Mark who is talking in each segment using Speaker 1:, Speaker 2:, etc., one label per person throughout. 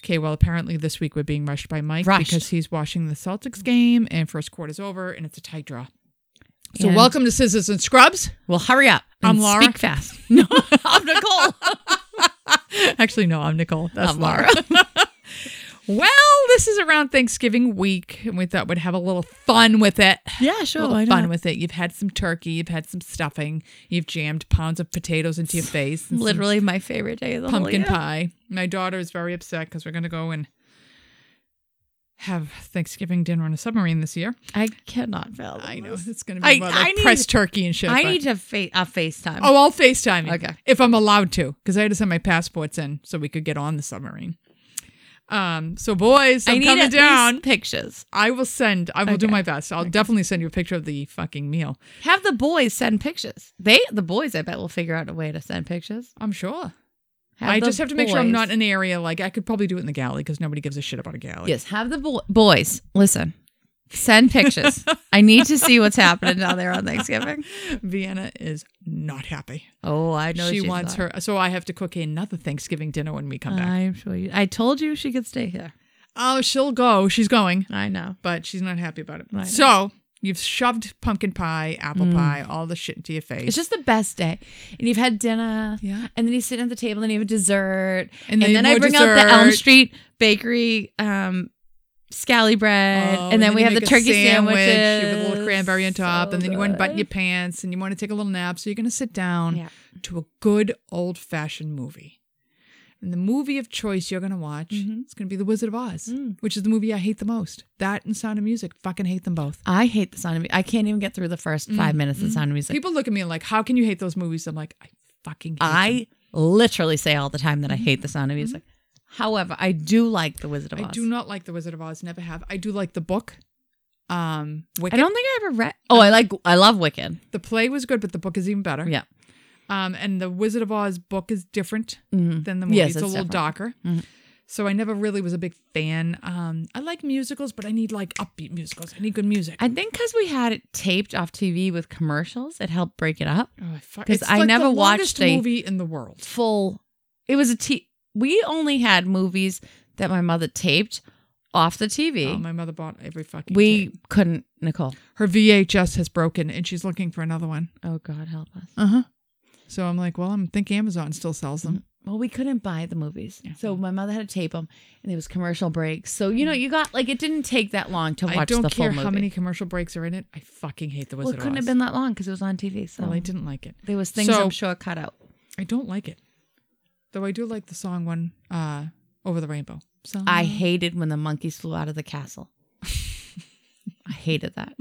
Speaker 1: Okay, well, apparently this week we're being rushed by Mike
Speaker 2: Rushed.
Speaker 1: because he's watching the Celtics game and first quarter's over and it's a tight draw. So,
Speaker 2: And-
Speaker 1: welcome to Scissors and Scrubs.
Speaker 2: Well, hurry up.
Speaker 1: I'm
Speaker 2: and
Speaker 1: Laura.
Speaker 2: Speak fast. No, I'm Nicole.
Speaker 1: Actually, no, I'm Nicole. That's
Speaker 2: I'm
Speaker 1: Laura.
Speaker 2: Laura.
Speaker 1: well, this is around Thanksgiving week, and we thought we'd have a little fun with it.
Speaker 2: yeah,
Speaker 1: A
Speaker 2: sure.
Speaker 1: little fun with it. You've had some turkey, you've had some stuffing, you've jammed pounds of potatoes into your face, and some
Speaker 2: Literally my favorite day of the
Speaker 1: pumpkin
Speaker 2: whole year.
Speaker 1: pie. My daughter is very upset because we're going to go and have Thanksgiving dinner on a submarine this year.
Speaker 2: I cannot fail.
Speaker 1: I know it's going to
Speaker 2: I-
Speaker 1: be more like
Speaker 2: I need-
Speaker 1: pressed turkey and shit.
Speaker 2: I
Speaker 1: but-
Speaker 2: need to fa- a FaceTime.
Speaker 1: Oh, I'll FaceTime you.
Speaker 2: Okay.
Speaker 1: If I'm allowed to, because I had to send my passports in so we could get on the submarine. Um, so boys, I'm
Speaker 2: I need
Speaker 1: coming
Speaker 2: at
Speaker 1: down.
Speaker 2: least pictures.
Speaker 1: I will send, I will do
Speaker 2: Okay.
Speaker 1: my best. I'll definitely send you a picture of the fucking meal.
Speaker 2: Have the boys send pictures. They, the boys, I bet will figure out a way to send pictures.
Speaker 1: I'm sure.
Speaker 2: Have
Speaker 1: I
Speaker 2: the
Speaker 1: just have to make sure I'm
Speaker 2: boys-
Speaker 1: not in an area like I could probably do it in the galley because nobody gives a shit about a galley.
Speaker 2: Yes, have the bo- boys listen. Send pictures. I need to see what's happening down there on Thanksgiving.
Speaker 1: Vienna is not happy.
Speaker 2: Oh, I know
Speaker 1: she
Speaker 2: she's
Speaker 1: wants
Speaker 2: not. Uh.
Speaker 1: her, so I have to cook another Thanksgiving dinner when we come back.
Speaker 2: I'm sure you. I told you she could stay here.
Speaker 1: Oh, she'll go. She's going,
Speaker 2: I know.
Speaker 1: but she's not happy about it.
Speaker 2: I know.
Speaker 1: So you've shoved pumpkin pie, apple pie, all the shit into your face.
Speaker 2: Mm. It's just the best day. And you've had dinner.
Speaker 1: Yeah.
Speaker 2: And then you sit at the table and you have dessert.
Speaker 1: And
Speaker 2: And
Speaker 1: then
Speaker 2: then,
Speaker 1: more
Speaker 2: I bring out the Elm
Speaker 1: dessert.
Speaker 2: Street bakery um scally bread.
Speaker 1: Oh,
Speaker 2: and then we
Speaker 1: you
Speaker 2: have the
Speaker 1: make a
Speaker 2: turkey
Speaker 1: sandwich,
Speaker 2: sandwich
Speaker 1: You have a little cranberry on top, and then you want to button your pants, and you want to take a little nap. So you're going to sit down
Speaker 2: Yeah.
Speaker 1: to a good old fashioned movie. And the movie of choice you're going to watch
Speaker 2: Mm-hmm.
Speaker 1: is going to be The Wizard of Oz,
Speaker 2: Mm.
Speaker 1: which is the movie I hate the most. That and Sound of Music. Fucking hate them both.
Speaker 2: I hate the sound of music. I can't even get through the first five minutes of sound of music.
Speaker 1: Mm-hmm. People look at me and like, how can you hate those movies? I'm like, I fucking hate them.
Speaker 2: I literally say all the time that I hate the sound of music. However, I do like The Wizard of Oz.
Speaker 1: I do not like The Wizard of Oz. Never have. I do like the book. Um,
Speaker 2: I
Speaker 1: Wicked.
Speaker 2: don't think I ever read. Oh, I like. I love Wicked.
Speaker 1: the play was good, but the book is even better.
Speaker 2: Yeah.
Speaker 1: Um, and the Wizard of Oz book is different
Speaker 2: Mm-hmm.
Speaker 1: than the movie.
Speaker 2: Yes,
Speaker 1: it's, a
Speaker 2: it's
Speaker 1: little
Speaker 2: different. Mm-hmm.
Speaker 1: darker. So I never really was a big fan. Um, I like musicals, but I need like upbeat musicals. I need good music.
Speaker 2: I think because we had it taped off TV with commercials, it helped break it up.
Speaker 1: Oh, I fuck-
Speaker 2: 'Cause
Speaker 1: it's
Speaker 2: I
Speaker 1: like the
Speaker 2: never watched
Speaker 1: longest
Speaker 2: a-
Speaker 1: movie in the world.
Speaker 2: Full. It was a t. We only had movies that my mother taped off the TV.
Speaker 1: Oh, my mother bought every fucking.
Speaker 2: we
Speaker 1: tape.
Speaker 2: couldn't. Nicole.
Speaker 1: her VHS has broken, and she's looking for another one.
Speaker 2: Oh God, help us.
Speaker 1: Uh huh. So I'm like, well, I'm think Amazon still sells them.
Speaker 2: Well, we couldn't buy the movies, so my mother had to tape them, and there was commercial breaks. So you know, you got like it didn't take that long to watch
Speaker 1: Mm. I don't
Speaker 2: the full
Speaker 1: care
Speaker 2: movie.
Speaker 1: how many commercial breaks are in it. I fucking hate the
Speaker 2: well, it
Speaker 1: Wizard
Speaker 2: couldn't
Speaker 1: of Oz.
Speaker 2: have been that long because it was on TV. So
Speaker 1: well, I didn't like it.
Speaker 2: there was things
Speaker 1: So-
Speaker 2: I'm sure cut out.
Speaker 1: I don't like it. Though I do like the song one uh over the rainbow. So
Speaker 2: I hated when the monkeys flew out of the castle. I hated that.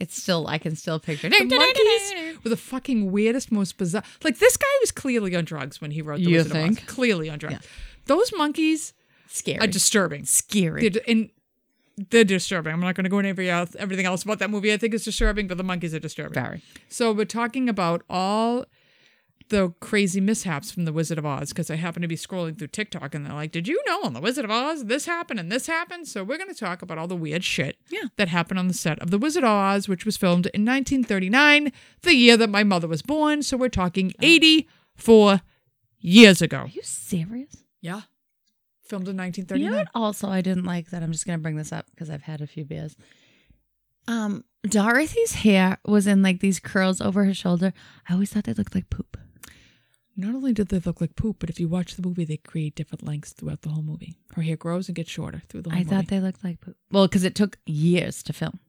Speaker 2: It's still I can still picture
Speaker 1: the monkeys were the fucking weirdest, most bizarre. Like this guy was clearly on drugs when he wrote the
Speaker 2: You
Speaker 1: Wizard of Oz.
Speaker 2: think?
Speaker 1: Clearly on drugs. Those monkeys
Speaker 2: Scary.
Speaker 1: are disturbing.
Speaker 2: scary.
Speaker 1: They're, d- and they're disturbing. I'm not going to go into every else, everything else about that movie. I think is disturbing, but the monkeys are disturbing.
Speaker 2: Very.
Speaker 1: So we're talking about all the crazy mishaps from the Wizard of Oz because I happen to be scrolling through TikTok and they're like, "Did you know on the Wizard of Oz this happened and this happened?" So we're going to talk about all the weird shit
Speaker 2: Yeah.
Speaker 1: that happened on the set of the Wizard of Oz, which was filmed in 1939, the year that my mother was born. So we're talking
Speaker 2: Oh.
Speaker 1: 84 years ago.
Speaker 2: Are you serious?
Speaker 1: Yeah, filmed in
Speaker 2: You
Speaker 1: 1939.
Speaker 2: know what? Also, I didn't like that. I'm just gonna bring this up because I've had a few beers. Um, Dorothy's hair was in like these curls over her shoulder. I always thought they looked like poop.
Speaker 1: Not only did they look like poop, but if you watch the movie, they create different lengths throughout the whole movie. Her hair grows and gets shorter through the whole
Speaker 2: I
Speaker 1: movie.
Speaker 2: thought they looked like poop. Well, because it took years to film.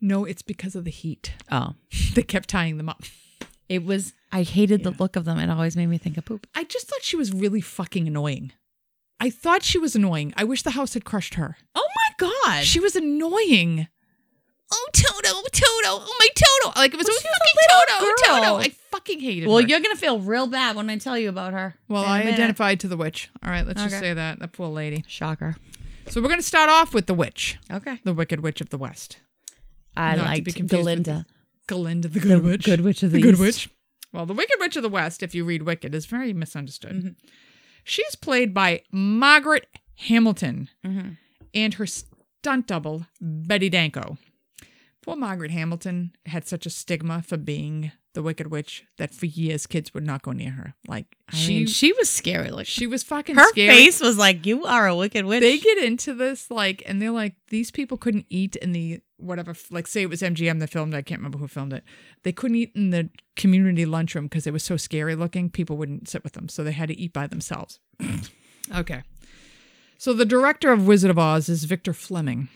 Speaker 1: No, it's because of the heat.
Speaker 2: Oh,
Speaker 1: they kept tying them up.
Speaker 2: it was. I hated the look of them. It always made me think of poop.
Speaker 1: I just thought she was really fucking annoying. I thought she was annoying. I wish the house had crushed her.
Speaker 2: Oh my god!
Speaker 1: She was annoying. Oh Toto, Toto, oh my Toto! Like it was
Speaker 2: Well,
Speaker 1: always
Speaker 2: she was a
Speaker 1: fucking
Speaker 2: little
Speaker 1: Toto,
Speaker 2: girl.
Speaker 1: Toto. I fucking hated
Speaker 2: Well,
Speaker 1: her.
Speaker 2: you're gonna feel real bad when I tell you about her.
Speaker 1: well,
Speaker 2: in a
Speaker 1: I uh,
Speaker 2: minute.
Speaker 1: identified to the witch. All right, let's just
Speaker 2: Okay.
Speaker 1: say that that poor lady.
Speaker 2: Shocker.
Speaker 1: So we're gonna start off with the witch,
Speaker 2: Okay.
Speaker 1: the Wicked Witch of the West. Not
Speaker 2: I
Speaker 1: to be
Speaker 2: liked
Speaker 1: confused with
Speaker 2: Galinda.
Speaker 1: Galinda the Good Witch.
Speaker 2: Good Witch of the,
Speaker 1: the Good
Speaker 2: East.
Speaker 1: Witch. Well, the Wicked Witch of the West, if you read Wicked, is very misunderstood.
Speaker 2: Mm-hmm.
Speaker 1: She's played by Margaret Hamilton
Speaker 2: Mm-hmm.
Speaker 1: and her stunt double, Betty Danko. Poor Margaret Hamilton had such a stigma for being the Wicked Witch that for years kids would not go near her. Like
Speaker 2: I
Speaker 1: she,
Speaker 2: mean,
Speaker 1: she,
Speaker 2: she was scary. Like
Speaker 1: was fucking
Speaker 2: her
Speaker 1: scary.
Speaker 2: face was like, "You are a wicked witch."
Speaker 1: They get into this like, and they're like, these people couldn't eat in the whatever. Like, say it was MGM that filmed. it. I can't remember who filmed it. They couldn't eat in the community lunchroom because it was so scary looking. People wouldn't sit with them, so they had to eat by themselves. okay. So the director of Wizard of Oz is Victor Fleming.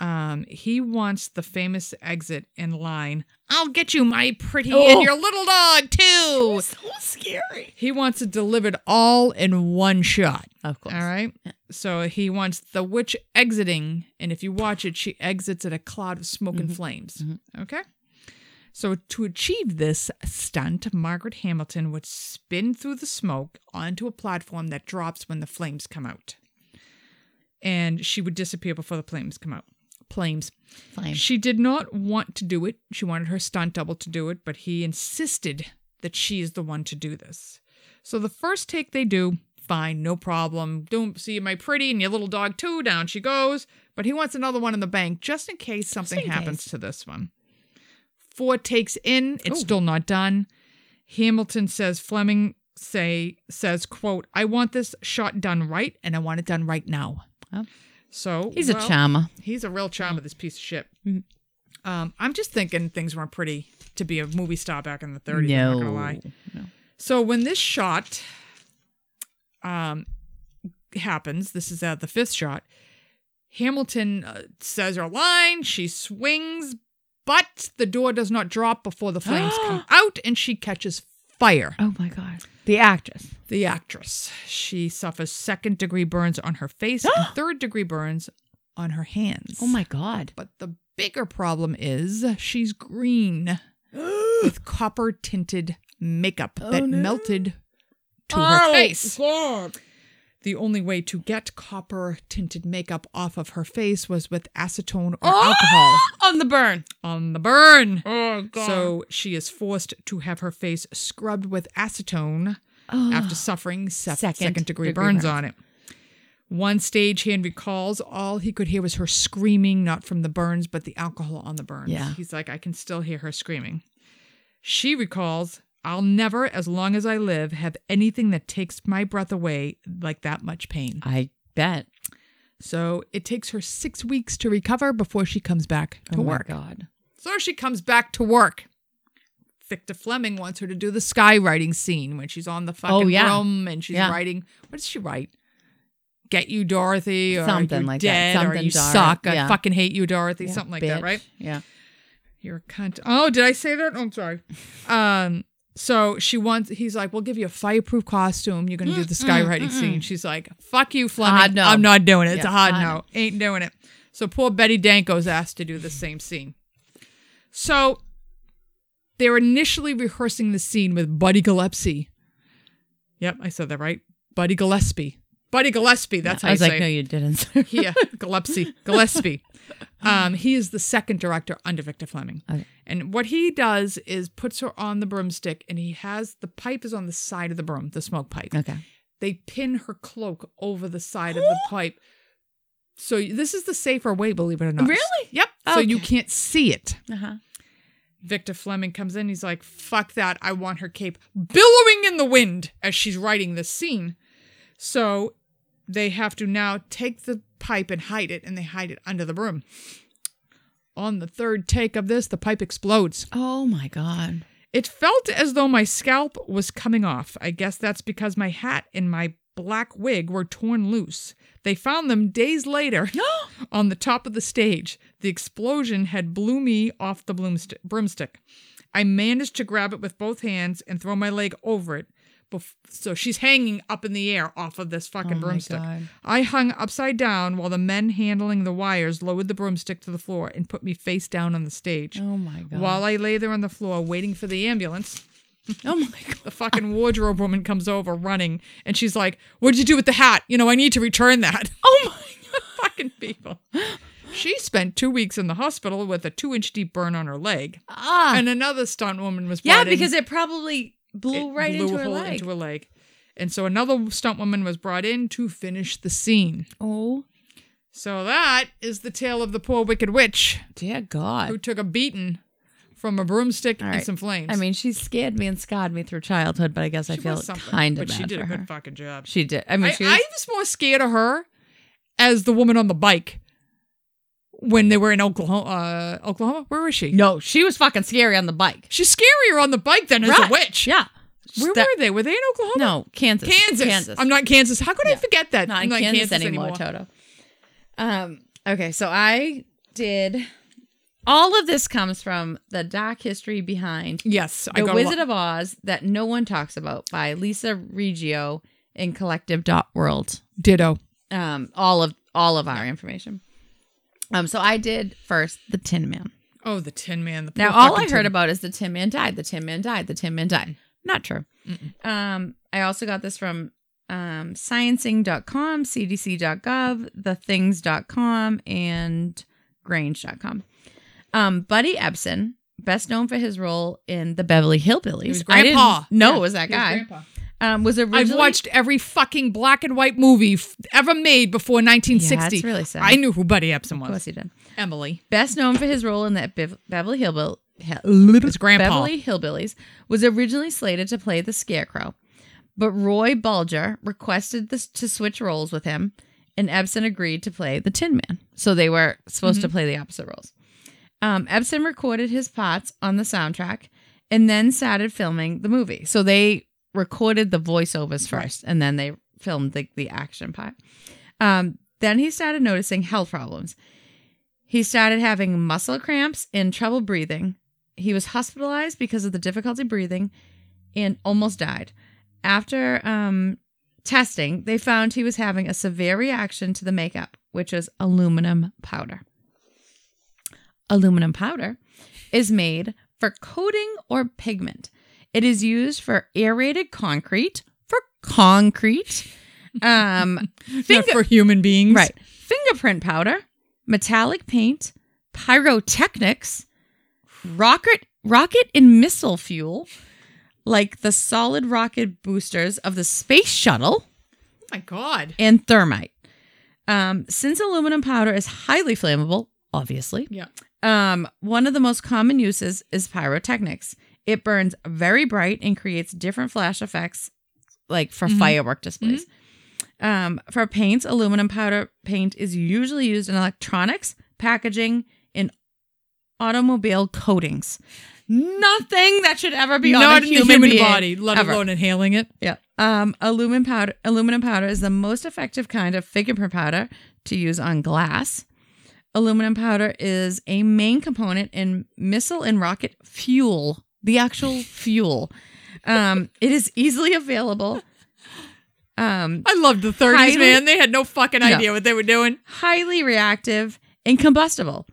Speaker 1: Um, he wants the famous exit in line. I'll get you, my pretty,
Speaker 2: Oh.
Speaker 1: and your little dog too.
Speaker 2: so scary.
Speaker 1: He wants it delivered all in one shot.
Speaker 2: Of course.
Speaker 1: All right. So he wants the witch exiting, and if you watch it, she exits at a cloud of smoke
Speaker 2: Mm-hmm.
Speaker 1: and flames. Okay. So to achieve this stunt, Margaret Hamilton would spin through the smoke onto a platform that drops when the flames come out. And she would disappear before the flames come out. Flames.
Speaker 2: Flame.
Speaker 1: She did not want to do it. She wanted her stunt double to do it, but he insisted that she is the one to do this. So the first take they do, fine, no problem. Don't see my pretty and your little dog too. Down she goes. But he wants another one in the bank just in case something
Speaker 2: in case.
Speaker 1: happens to this one. Four takes in, it's
Speaker 2: Ooh.
Speaker 1: still not done. Hamilton says Fleming say says quote I want this shot done right and I want it done right now.
Speaker 2: Oh.
Speaker 1: So
Speaker 2: He's
Speaker 1: well,
Speaker 2: a charmer.
Speaker 1: He's a real charm of this piece of shit.
Speaker 2: Mhm.
Speaker 1: Um, I'm just thinking things weren't pretty to be a movie star back in the 30s. I'm not
Speaker 2: No.
Speaker 1: gonna lie.
Speaker 2: No.
Speaker 1: So when this shot um, happens, this is uh, the fifth shot. Hamilton uh, says her line. She swings, but the door does not drop before the flames come out, and she catches fire.
Speaker 2: Oh my god. The actress.
Speaker 1: The actress. She suffers second degree burns on her face and third degree burns on her hands.
Speaker 2: Oh my god.
Speaker 1: But the bigger problem is she's green with copper tinted makeup that
Speaker 2: Oh, no.
Speaker 1: melted to her face. The only way to get copper tinted makeup off of her face was with acetone or alcohol
Speaker 2: On the burn.
Speaker 1: on the burn.
Speaker 2: Oh
Speaker 1: So she is forced to have her face scrubbed with acetone
Speaker 2: Oh.
Speaker 1: after suffering sef- second,
Speaker 2: Ah, Second
Speaker 1: degree,
Speaker 2: degree
Speaker 1: burns
Speaker 2: burns.
Speaker 1: on it. One stagehand recalls all he could hear was her screaming, not from the burns, but the alcohol on the burns.
Speaker 2: Yeah.
Speaker 1: He's like, I can still hear her screaming. She recalls, I'll never, as long as I live, have anything that takes my breath away like that much pain.
Speaker 2: I bet.
Speaker 1: So it takes her six weeks to recover before she comes back to
Speaker 2: oh
Speaker 1: work.
Speaker 2: my god.
Speaker 1: So she comes back to work. Victor Fleming wants her to do the skywriting scene when she's on the fucking
Speaker 2: Oh, yeah.
Speaker 1: room and she's
Speaker 2: Yeah.
Speaker 1: writing. What does she write? Get you, Dorothy, or
Speaker 2: Something
Speaker 1: you're
Speaker 2: like that.
Speaker 1: dead, or
Speaker 2: Something,
Speaker 1: you
Speaker 2: Dor-
Speaker 1: suck. I
Speaker 2: yeah.
Speaker 1: fucking hate you, Dorothy.
Speaker 2: Yeah,
Speaker 1: Something like that,
Speaker 2: bitch.
Speaker 1: right?
Speaker 2: Yeah.
Speaker 1: You're a cunt. Oh, did I say that? I'm sorry. Um, so she wants. He's like, "We'll give you a fireproof costume. You're gonna do the
Speaker 2: Mm,
Speaker 1: skywriting scene." She's like, "Fuck you, Fleming.
Speaker 2: Hard no.
Speaker 1: I'm not doing it. It's
Speaker 2: Yeah,
Speaker 1: a hard,
Speaker 2: hard
Speaker 1: no. Ain't doing it." So poor Betty Danko's asked to do the same scene. So they're initially rehearsing the scene with Buddy Gillespie. Yep, I said that right. Buddy Gillespie. Buddy Gillespie. That's how
Speaker 2: I was
Speaker 1: you
Speaker 2: like,
Speaker 1: say it.
Speaker 2: no, you didn't.
Speaker 1: Yeah, Gillespie. Gillespie. Um, he is the second director under Victor Fleming.
Speaker 2: Okay.
Speaker 1: And what he does is puts her on the broomstick and he has the pipe is on the side of the broom, the smoke pipe.
Speaker 2: okay.
Speaker 1: They pin her cloak over the side of the pipe. So this is the safer way, believe it or not.
Speaker 2: Really?
Speaker 1: Yep. So you
Speaker 2: Okay.
Speaker 1: can't see it.
Speaker 2: Uh huh.
Speaker 1: Victor Fleming comes in. He's like, fuck that. I want her cape billowing in the wind as she's writing this scene. So they have to now take the pipe and hide it, and they hide it under the broom. On the third take of this, the pipe explodes.
Speaker 2: Oh my god.
Speaker 1: It felt as though my scalp was coming off. I guess that's because my hat and my black wig were torn loose. They found them days later on the top of the stage. The explosion had blew me off the bloomst- broomstick. I managed to grab it with both hands and throw my leg over it. Bef- so she's hanging up in the air off of this fucking
Speaker 2: Oh my
Speaker 1: broomstick.
Speaker 2: God.
Speaker 1: I hung upside down while the men handling the wires lowered the broomstick to the floor and put me face down on the stage.
Speaker 2: Oh my god.
Speaker 1: While I lay there on the floor waiting for the ambulance,
Speaker 2: oh my god.
Speaker 1: the fucking wardrobe woman comes over running and she's like, What'd you do with the hat? You know, I need to return that.
Speaker 2: Oh my god.
Speaker 1: fucking people. She spent two weeks in the hospital with a two inch deep burn on her leg.
Speaker 2: Ah.
Speaker 1: And another stunt woman was
Speaker 2: yeah,
Speaker 1: brought in.
Speaker 2: because it probably blew
Speaker 1: It
Speaker 2: right
Speaker 1: blew
Speaker 2: into,
Speaker 1: a
Speaker 2: her
Speaker 1: hole
Speaker 2: leg.
Speaker 1: into her leg. And so another stunt woman was brought in to finish the scene.
Speaker 2: Oh
Speaker 1: So that is the tale of the poor wicked witch
Speaker 2: dear
Speaker 1: who
Speaker 2: God.
Speaker 1: took a beating from a broomstick
Speaker 2: All
Speaker 1: and
Speaker 2: right.
Speaker 1: some flames.
Speaker 2: I mean, she scared me and scarred me through childhood, but I guess I
Speaker 1: She
Speaker 2: feel
Speaker 1: was something,
Speaker 2: kind of
Speaker 1: but
Speaker 2: bad
Speaker 1: she did
Speaker 2: for
Speaker 1: a
Speaker 2: her.
Speaker 1: good fucking job.
Speaker 2: she did. I mean,
Speaker 1: I,
Speaker 2: she
Speaker 1: I
Speaker 2: was,
Speaker 1: was more scared of her as the woman on the bike when they were in Oklahoma. Uh, Oklahoma, where was she?
Speaker 2: no, she was fucking scary on the bike.
Speaker 1: She's scarier on the bike than as
Speaker 2: Right.
Speaker 1: a witch.
Speaker 2: Yeah.
Speaker 1: Where
Speaker 2: That-
Speaker 1: were they? Were they in Oklahoma?
Speaker 2: No, Kansas.
Speaker 1: Kansas.
Speaker 2: Kansas.
Speaker 1: I'm not Kansas. How could I forget that?
Speaker 2: not
Speaker 1: I'm
Speaker 2: in Kansas, anymore, Toto. Um, okay, so I did. All of this comes from the dark history behind
Speaker 1: Yes, I
Speaker 2: The
Speaker 1: got
Speaker 2: Wizard
Speaker 1: a lot.
Speaker 2: of Oz that no one talks about by Lisa Reggio in Collective Dot World.
Speaker 1: Ditto.
Speaker 2: Um, all of all of our information. Um, so I did first the Tin Man.
Speaker 1: Oh, the Tin Man. The
Speaker 2: Now
Speaker 1: poor
Speaker 2: all I
Speaker 1: fucking
Speaker 2: heard
Speaker 1: Tin-
Speaker 2: about is the Tin Man died. The Tin Man died. The Tin Man died. Not true.
Speaker 1: Mm-mm.
Speaker 2: Um, I also got this from um, sciencing.com, cdc.gov, thethings.com, and grange.com. Um, Buddy Ebsen, best known for his role in the Beverly Hillbillies.
Speaker 1: He was
Speaker 2: I didn't
Speaker 1: grandpa.
Speaker 2: know
Speaker 1: Yeah,
Speaker 2: it was that
Speaker 1: he was
Speaker 2: guy.
Speaker 1: grandpa.
Speaker 2: um, was
Speaker 1: I've
Speaker 2: originally
Speaker 1: watched every fucking black and white movie f- ever made before 1960.
Speaker 2: Yeah, that's really sad.
Speaker 1: I knew who Buddy Epsom
Speaker 2: Of course
Speaker 1: was.
Speaker 2: he did.
Speaker 1: Emily.
Speaker 2: Best known for his role in that Bev- Beverly Hillbill.
Speaker 1: His grandpa.
Speaker 2: Beverly Hillbillies was originally slated to play the Scarecrow, but Roy Bulger requested this to switch roles with him, and Ebsen agreed to play the Tin Man. So they were supposed to play the opposite roles. Um, Ebsen recorded his parts on the soundtrack and then started filming the movie. So they recorded the voiceovers first, and then they filmed the, the action part. Um, then he started noticing health problems. He started having muscle cramps and trouble breathing. He was hospitalized because of the difficulty breathing and almost died. After um, testing, they found he was having a severe reaction to the makeup, which is aluminum powder. Aluminum powder is made for coating or pigment. It is used for aerated concrete, for concrete, um,
Speaker 1: Not
Speaker 2: finger-
Speaker 1: for human beings.
Speaker 2: Right. Fingerprint powder, metallic paint, pyrotechnics, rocket rocket and missile fuel, like the solid rocket boosters of the space shuttle
Speaker 1: Oh my God.
Speaker 2: and thermite. Um, since aluminum powder is highly flammable, obviously,
Speaker 1: Yeah.
Speaker 2: um, one of the most common uses is pyrotechnics. It burns very bright and creates different flash effects, like for
Speaker 1: Mhm.
Speaker 2: firework displays.
Speaker 1: Mm-hmm.
Speaker 2: Um, for paints, aluminum powder paint is usually used in electronics, packaging, and automobile coatings. Nothing that should ever be
Speaker 1: Not
Speaker 2: on a
Speaker 1: in
Speaker 2: human,
Speaker 1: the human
Speaker 2: being
Speaker 1: body, let
Speaker 2: ever.
Speaker 1: alone inhaling it.
Speaker 2: Yeah. Um, aluminum powder. Aluminum powder is the most effective kind of fingerprint powder to use on glass. Aluminum powder is a main component in missile and rocket fuel, the actual fuel. Um, it is easily available. Um,
Speaker 1: I loved the 30s,
Speaker 2: Highly-
Speaker 1: man. They had no fucking
Speaker 2: No.
Speaker 1: idea what they were doing.
Speaker 2: highly reactive and combustible.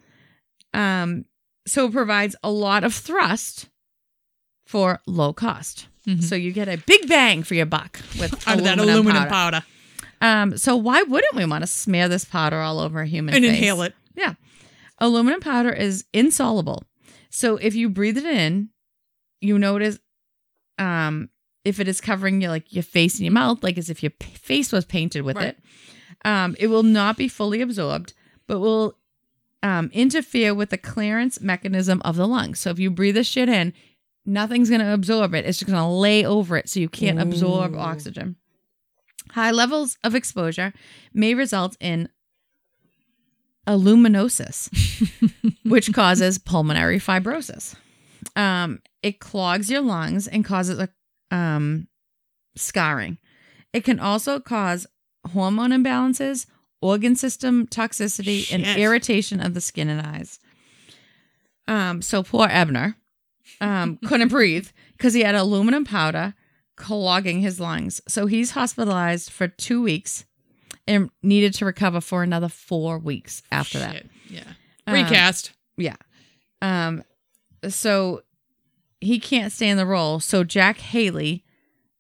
Speaker 2: Um, so it provides a lot of thrust for low cost.
Speaker 1: Mhm.
Speaker 2: So you get a big bang for your buck with
Speaker 1: Out of that aluminum powder,
Speaker 2: Um, so why wouldn't we want to smear this powder all over a human
Speaker 1: and
Speaker 2: face?
Speaker 1: inhale it.
Speaker 2: Aluminum powder is insoluble. So if you breathe it in, you notice um if it is covering your like your face and your mouth, like as if your p- face was painted with
Speaker 1: Right.
Speaker 2: it. Um, it will not be fully absorbed, but will um, interfere with the clearance mechanism of the lungs. So if you breathe this shit in, nothing's going to absorb it. It's just going to lay over it so you can't absorb
Speaker 1: Ooh.
Speaker 2: oxygen. High levels of exposure may result in aluminosis, which causes pulmonary fibrosis. Um, it clogs your lungs and causes a um, scarring. It can also cause hormone imbalances, organ system toxicity,
Speaker 1: Shit.
Speaker 2: and irritation of the skin and eyes. Um, so poor Ebner um, couldn't breathe because he had aluminum powder clogging his lungs. So he's hospitalized for two weeks and needed to recover for another four weeks after that.
Speaker 1: Shit. Yeah.
Speaker 2: Um,
Speaker 1: Uh, Recast.
Speaker 2: um, so he can't stay in the role. So Jack Haley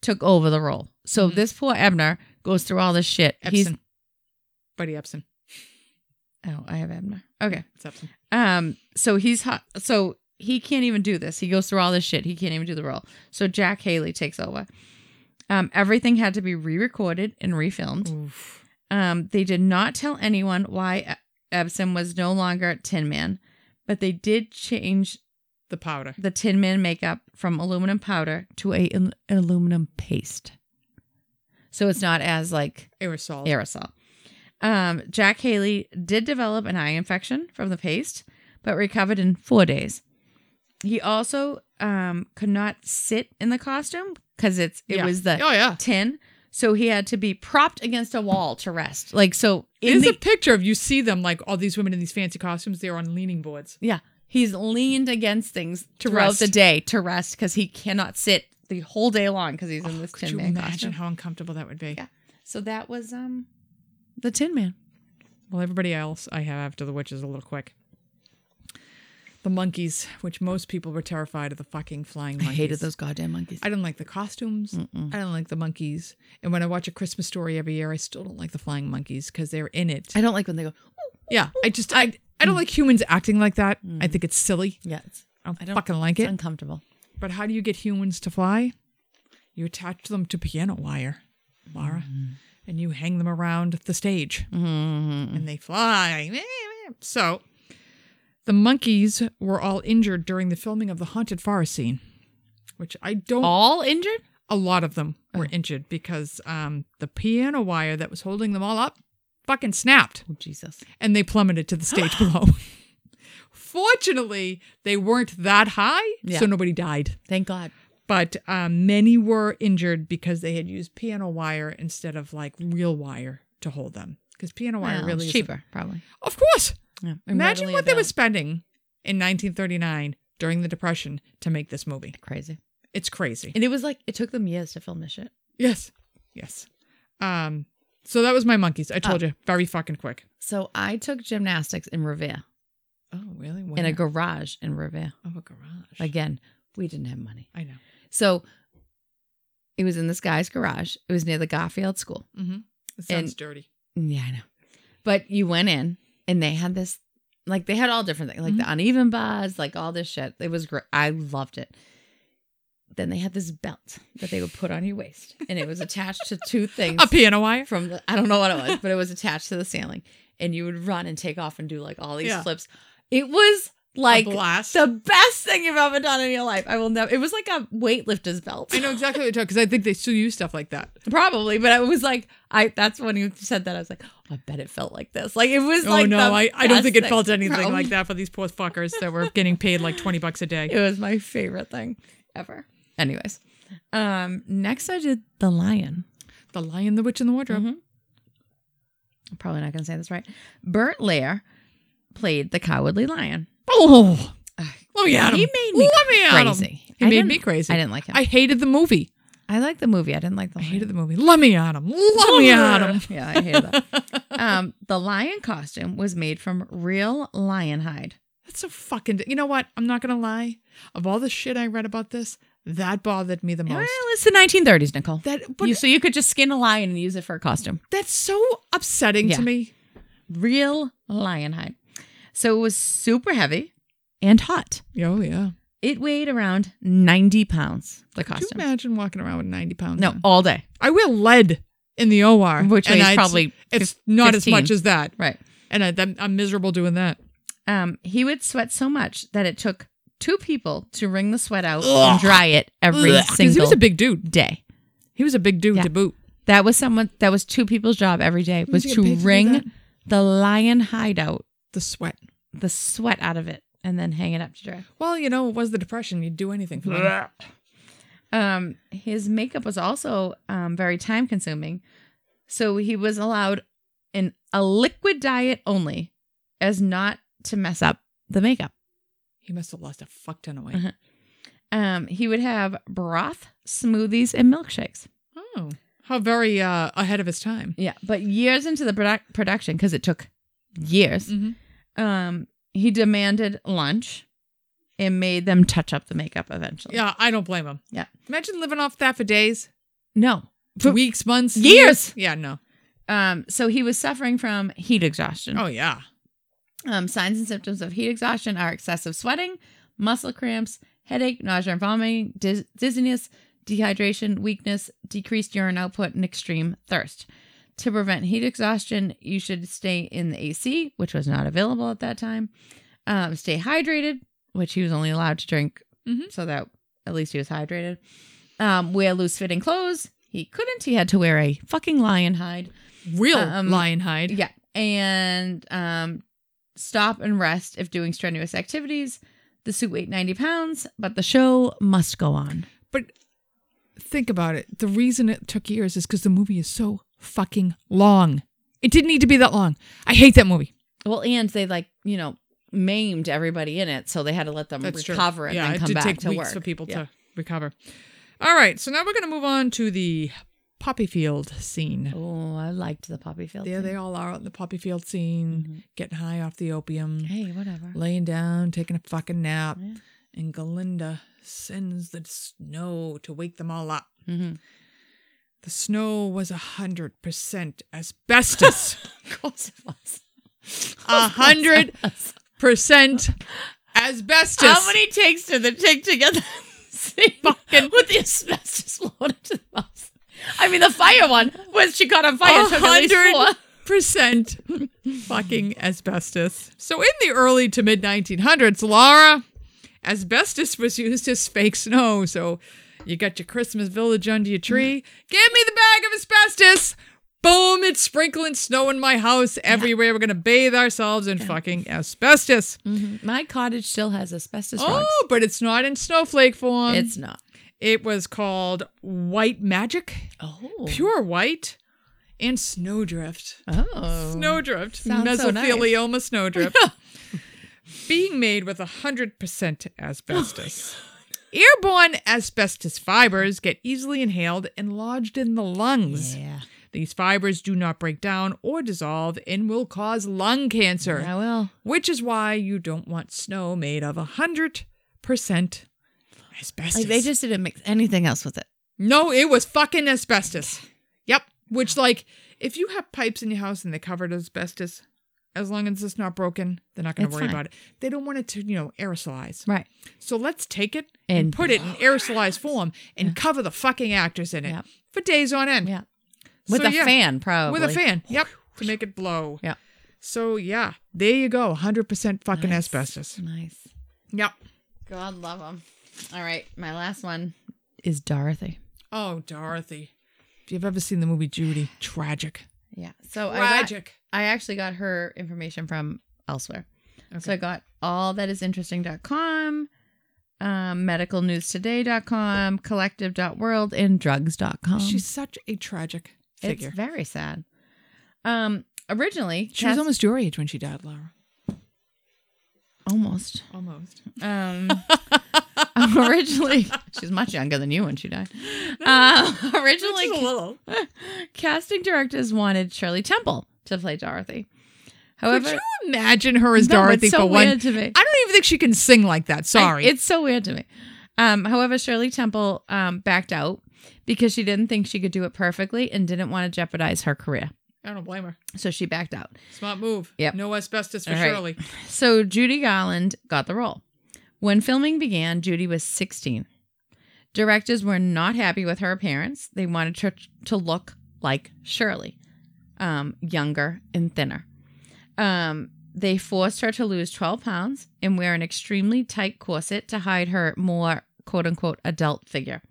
Speaker 2: took over the role. So
Speaker 1: Mhm.
Speaker 2: this poor Ebner goes through all this shit. He's
Speaker 1: Epson. Buddy Epson.
Speaker 2: oh, I have Ebner. Okay.
Speaker 1: It's Epson.
Speaker 2: Um, so he's hot. So he can't even do this. He goes through all this shit. He can't even do the role. So Jack Haley takes over. Um, everything had to be re-recorded and refilmed.
Speaker 1: Oof.
Speaker 2: Um, they did not tell anyone why E- Ebsen was no longer Tin Man, but they did change
Speaker 1: the powder.
Speaker 2: the Tin Man makeup from aluminum powder to a al- aluminum paste. So it's not as like
Speaker 1: Aerosol.
Speaker 2: aerosol. Um, Jack Haley did develop an eye infection from the paste, but recovered in four days. He also um, could not sit in the costume because it's it
Speaker 1: Yeah.
Speaker 2: was the
Speaker 1: Oh yeah.
Speaker 2: tin, so he had to be propped against a wall to rest. Like so, in
Speaker 1: There's
Speaker 2: the,
Speaker 1: a picture of you see them like all these women in these fancy costumes. They're on leaning boards.
Speaker 2: Yeah. He's leaned against things
Speaker 1: To
Speaker 2: throughout
Speaker 1: rest.
Speaker 2: the day to rest because he cannot sit the whole day long because he's in this
Speaker 1: Could
Speaker 2: Tin
Speaker 1: you
Speaker 2: Man
Speaker 1: imagine
Speaker 2: costume.
Speaker 1: how uncomfortable that would be?
Speaker 2: Yeah. so that was um the Tin Man.
Speaker 1: Well, everybody else I have after the witch is a little quick. The monkeys, which most people were terrified of the fucking flying monkeys.
Speaker 2: goddamn monkeys.
Speaker 1: I didn't like the costumes. I didn't like the monkeys. And when I watch a Christmas story every year, I still don't like the flying monkeys because they're in it.
Speaker 2: I Mm. don't like when they go. "Ooh."
Speaker 1: yeah, I just I I don't like humans acting like that. I think it's silly.
Speaker 2: Yeah, it's,
Speaker 1: I don't,
Speaker 2: Mm. I don't-
Speaker 1: fucking like
Speaker 2: it's
Speaker 1: it.
Speaker 2: uncomfortable.
Speaker 1: But how do you get humans to fly? You attach them to piano wire, Laura, and you hang them around the stage, and they fly. So, the monkeys were all injured during the filming of the haunted forest scene, which I don't.
Speaker 2: All injured?
Speaker 1: A lot of them were injured because um, the piano wire that was holding them all up fucking snapped
Speaker 2: Oh Jesus!
Speaker 1: and they plummeted to the stage below. Fortunately, they weren't that high,
Speaker 2: Yeah.
Speaker 1: so nobody died.
Speaker 2: Thank God.
Speaker 1: But um, many were injured because they had used piano wire instead of like real wire to hold them. Because piano wire
Speaker 2: Well,
Speaker 1: really
Speaker 2: it's
Speaker 1: is
Speaker 2: cheaper, probably.
Speaker 1: Of course.
Speaker 2: Yeah.
Speaker 1: Imagine
Speaker 2: Readily
Speaker 1: what they were
Speaker 2: available.
Speaker 1: spending in 1939 during the Depression to make this movie.
Speaker 2: crazy.
Speaker 1: It's crazy.
Speaker 2: And it was like it took them years to film this shit.
Speaker 1: yes. Yes. Um. So that was my monkeys. I told you, very fucking quick.
Speaker 2: So I took gymnastics in Revere
Speaker 1: Oh, really?
Speaker 2: in a garage in Revere.
Speaker 1: oh, a garage.
Speaker 2: Again, we didn't have money.
Speaker 1: I know.
Speaker 2: So it was in this guy's garage. It was near the Garfield School.
Speaker 1: Mm-hmm. It
Speaker 2: And-
Speaker 1: sounds dirty.
Speaker 2: Yeah, I know. But you went in and they had this, like, they had all different things, like
Speaker 1: Mm-hmm.
Speaker 2: the uneven bars, like all this shit. It was great. I loved it. Then they had this belt that they would put on your waist and it was attached to two things
Speaker 1: A piano wire.
Speaker 2: from the, I don't know what it was, but it was attached to the ceiling. And you would run and take off and do like all these
Speaker 1: Yeah.
Speaker 2: flips. It was like
Speaker 1: a blast.
Speaker 2: the best thing you've ever done in your life. I will never, it was like a weightlifter's belt.
Speaker 1: I know exactly what you're talking because I think they still use stuff like that.
Speaker 2: Probably, but I was like, I. That's when you said that. I was like, oh, I bet it felt like this. Like it was
Speaker 1: Oh
Speaker 2: like.
Speaker 1: no,
Speaker 2: the
Speaker 1: I, I don't
Speaker 2: best
Speaker 1: think it
Speaker 2: thing.
Speaker 1: felt anything
Speaker 2: No.
Speaker 1: like that for these poor fuckers that were getting paid like twenty bucks a day.
Speaker 2: It was my favorite thing ever. Anyways, um, next I did the lion.
Speaker 1: The Lion, the Witch, and the Wardrobe.
Speaker 2: Mm-hmm. I'm probably not gonna say this right. Bert Lair played the cowardly lion.
Speaker 1: Oh, let me at him.
Speaker 2: He made me
Speaker 1: let me at him.
Speaker 2: crazy.
Speaker 1: He
Speaker 2: I
Speaker 1: made
Speaker 2: didn't-
Speaker 1: me crazy.
Speaker 2: I didn't like him.
Speaker 1: I
Speaker 2: I,
Speaker 1: hated the movie.
Speaker 2: liked the movie. I didn't like the.
Speaker 1: I
Speaker 2: Lion.
Speaker 1: hated the movie. Let me at him. Let me at him.
Speaker 2: Yeah, I hated that. um, the lion costume was made from real lion hide.
Speaker 1: That's so fucking. You know what? I'm not gonna lie. Of all the shit I read about this, that bothered me the most.
Speaker 2: Well, it's the 1930s, Nicole.
Speaker 1: That, but
Speaker 2: You- so you could just skin a lion and use it for a costume.
Speaker 1: that's so upsetting
Speaker 2: Yeah.
Speaker 1: to me.
Speaker 2: Real lion hide. So it was super heavy and hot.
Speaker 1: Oh yeah.
Speaker 2: It weighed around 90 pounds, the
Speaker 1: Could you
Speaker 2: costume.
Speaker 1: imagine walking around with 90 pounds?
Speaker 2: No,
Speaker 1: on?
Speaker 2: all day.
Speaker 1: I wear lead in the OR,
Speaker 2: Which
Speaker 1: and
Speaker 2: weighs
Speaker 1: I'd-
Speaker 2: probably
Speaker 1: it's
Speaker 2: fif-
Speaker 1: not as
Speaker 2: 15.
Speaker 1: much as that,
Speaker 2: Right.
Speaker 1: and I, I'm, I'm miserable doing that.
Speaker 2: Um, he would sweat so much that it took two people to wring the sweat out
Speaker 1: Ugh.
Speaker 2: and dry it every
Speaker 1: Ugh. 'Cause
Speaker 2: single
Speaker 1: he was a big dude.
Speaker 2: day.
Speaker 1: He was a big dude
Speaker 2: Yeah.
Speaker 1: to boot.
Speaker 2: That was someone that was two people's job every day was
Speaker 1: he get
Speaker 2: to
Speaker 1: paid to do
Speaker 2: wring
Speaker 1: that?
Speaker 2: the lion hide out,
Speaker 1: The sweat.
Speaker 2: the sweat out of it, and then hang it up to dry.
Speaker 1: Well, you know, it was the depression. You'd do anything for that.
Speaker 2: Um, his makeup was also um, very time consuming. So he was allowed in a liquid diet only as not to mess up the makeup.
Speaker 1: He must have lost a fuck ton of weight.
Speaker 2: Uh-huh. Um, he would have broth, smoothies, and milkshakes.
Speaker 1: Oh, how very uh, ahead of his time.
Speaker 2: Yeah. But years into the produc- production, because it took years,
Speaker 1: Mhm.
Speaker 2: um, he demanded lunch and made them touch up the makeup eventually.
Speaker 1: Yeah, I don't blame him.
Speaker 2: Yeah.
Speaker 1: Imagine living off that for days,
Speaker 2: No. For-
Speaker 1: weeks, months,
Speaker 2: Years!
Speaker 1: Yeah, no.
Speaker 2: Um, so he was suffering from heat exhaustion.
Speaker 1: Oh, yeah.
Speaker 2: Um, signs and symptoms of heat exhaustion are excessive sweating, muscle cramps, headache, nausea and vomiting, diz- dizziness, dehydration, weakness, decreased urine output, and extreme thirst. To prevent heat exhaustion, you should stay in the AC, which was not available at that time. Um, stay hydrated, which he was only allowed to drink,
Speaker 1: Mhm.
Speaker 2: so that at least he was hydrated. Um, wear loose fitting clothes. He couldn't. He had to wear a fucking lion hide.
Speaker 1: Real
Speaker 2: Um,
Speaker 1: lion hide.
Speaker 2: Yeah. And um, stop and rest if doing strenuous activities. The suit weighed 90 pounds, but the show must go on.
Speaker 1: But think about it. The reason it took years is because the movie is so fucking long. It didn't need to be that long. I hate that movie.
Speaker 2: Well, and they like, you know, maimed everybody in it, so they had to let them recover and
Speaker 1: yeah,
Speaker 2: then
Speaker 1: it
Speaker 2: come
Speaker 1: did
Speaker 2: back
Speaker 1: take
Speaker 2: to
Speaker 1: weeks
Speaker 2: work.
Speaker 1: for people
Speaker 2: Yeah.
Speaker 1: to recover. All right, so now we're going to move on to the poppy field scene.
Speaker 2: Oh, I liked the poppy field.
Speaker 1: There
Speaker 2: thing.
Speaker 1: they all are out in the poppy field scene,
Speaker 2: Mm-hmm.
Speaker 1: getting high off the opium,
Speaker 2: Hey, whatever.
Speaker 1: laying down, taking a fucking nap,
Speaker 2: Yeah.
Speaker 1: and Galinda sends the snow to wake them all up.
Speaker 2: Mhm.
Speaker 1: The snow was a hundred percent asbestos.
Speaker 2: Of course it was.
Speaker 1: A hundred percent asbestos.
Speaker 2: How many takes did it take to get the scene with the asbestos loaded to the mouth? I mean, the fire one when she caught on fire.
Speaker 1: A
Speaker 2: it took at least four.
Speaker 1: hundred percent fucking asbestos. So in the early to mid 1900s, Laura, asbestos was used as fake snow. So you got your Christmas village under your tree. Give me the bag of asbestos. Boom! It's sprinkling snow in my house everywhere. We're gonna bathe ourselves in fucking asbestos.
Speaker 2: My cottage still has asbestos rocks.
Speaker 1: Oh, but it's not in snowflake form.
Speaker 2: It's not.
Speaker 1: It was called White Magic,
Speaker 2: Oh.
Speaker 1: Pure White, and Snowdrift.
Speaker 2: Oh.
Speaker 1: Snowdrift.
Speaker 2: Sounds so nice.
Speaker 1: Mesothelioma snowdrift. Being made with 100% asbestos. Airborne asbestos fibers get easily inhaled and lodged in the lungs.
Speaker 2: Yeah.
Speaker 1: These fibers do not break down or dissolve and will cause lung cancer,
Speaker 2: I will.
Speaker 1: which is why you don't want snow made of 100% asbestos.
Speaker 2: Like they just didn't mix anything else with it.
Speaker 1: No, it was fucking asbestos. Yep. Which, like, if you have pipes in your house and they're covered in asbestos, as long as it's not broken, they're not going to
Speaker 2: It's
Speaker 1: worry
Speaker 2: fine.
Speaker 1: about it. They don't want it to, you know, aerosolize.
Speaker 2: Right.
Speaker 1: So let's take it and,
Speaker 2: And
Speaker 1: put it in aerosolized form and cover the fucking actors in it
Speaker 2: Yep.
Speaker 1: for days on end.
Speaker 2: Yeah. With
Speaker 1: So,
Speaker 2: a
Speaker 1: yeah.
Speaker 2: fan, probably.
Speaker 1: With a fan. Yep. To make it blow.
Speaker 2: Yep.
Speaker 1: So, yeah, there you go. 100% fucking
Speaker 2: Nice.
Speaker 1: asbestos.
Speaker 2: Nice.
Speaker 1: Yep.
Speaker 2: God love them. All right. My last one is Dorothy.
Speaker 1: Oh, Dorothy. If you've ever seen the movie Judy, tragic.
Speaker 2: Yeah. So I got,
Speaker 1: Tragic.
Speaker 2: I actually got her information from elsewhere. So
Speaker 1: Okay.
Speaker 2: I got all that is interesting.com, um, medicalnewstoday.com, collective.world, and drugs.com.
Speaker 1: She's such a tragic figure.
Speaker 2: It's very sad. Um, originally,
Speaker 1: She was
Speaker 2: Cass-
Speaker 1: almost your age when she died, Laura.
Speaker 2: almost.
Speaker 1: Almost.
Speaker 2: Um, originally, she's much younger than you when she died. Um, originally,
Speaker 1: little.
Speaker 2: casting directors wanted Shirley Temple to play Dorothy.
Speaker 1: Could
Speaker 2: However,
Speaker 1: you imagine her as
Speaker 2: No, it's
Speaker 1: Dorothy
Speaker 2: so
Speaker 1: for one?
Speaker 2: weird to me.
Speaker 1: I don't even think she can sing like that. Sorry.
Speaker 2: I- it's so weird to me. Um, however, Shirley Temple um, backed out because she didn't think she could do it perfectly and didn't want to jeopardize her career.
Speaker 1: I don't blame her.
Speaker 2: So she backed out.
Speaker 1: Smart move.
Speaker 2: Yep.
Speaker 1: No asbestos for
Speaker 2: All right.
Speaker 1: Shirley.
Speaker 2: So Judy Garland got the role. When filming began, Judy was 16. Directors were not happy with her appearance. They wanted her to look like Shirley, um, younger and thinner. Um, they forced her to lose 12 pounds and wear an extremely tight corset to hide her more quote unquote adult figure.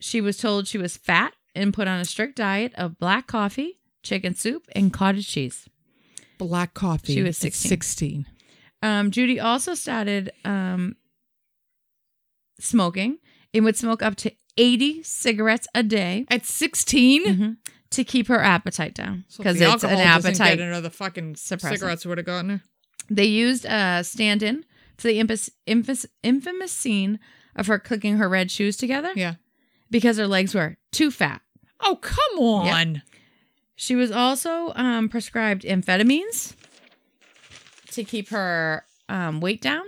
Speaker 2: She was told she was fat and put on a strict diet of black coffee, chicken soup, and cottage cheese.
Speaker 1: Black coffee.
Speaker 2: She was
Speaker 1: at
Speaker 2: 16.
Speaker 1: 16.
Speaker 2: Um, Judy also started um, smoking and would smoke up to 80 cigarettes a day
Speaker 1: At 16?
Speaker 2: mhm, to keep her appetite down
Speaker 1: So if
Speaker 2: because
Speaker 1: the
Speaker 2: it's an
Speaker 1: alcohol doesn't
Speaker 2: appetite.
Speaker 1: Get another fucking
Speaker 2: suppressant.
Speaker 1: cigarettes would have gotten her.
Speaker 2: They used a stand in for the impis- infamous, infamous scene of her clicking her red shoes together
Speaker 1: Yeah.
Speaker 2: because her legs were too fat.
Speaker 1: Oh, come on.
Speaker 2: She was also um, prescribed amphetamines to keep her um, weight down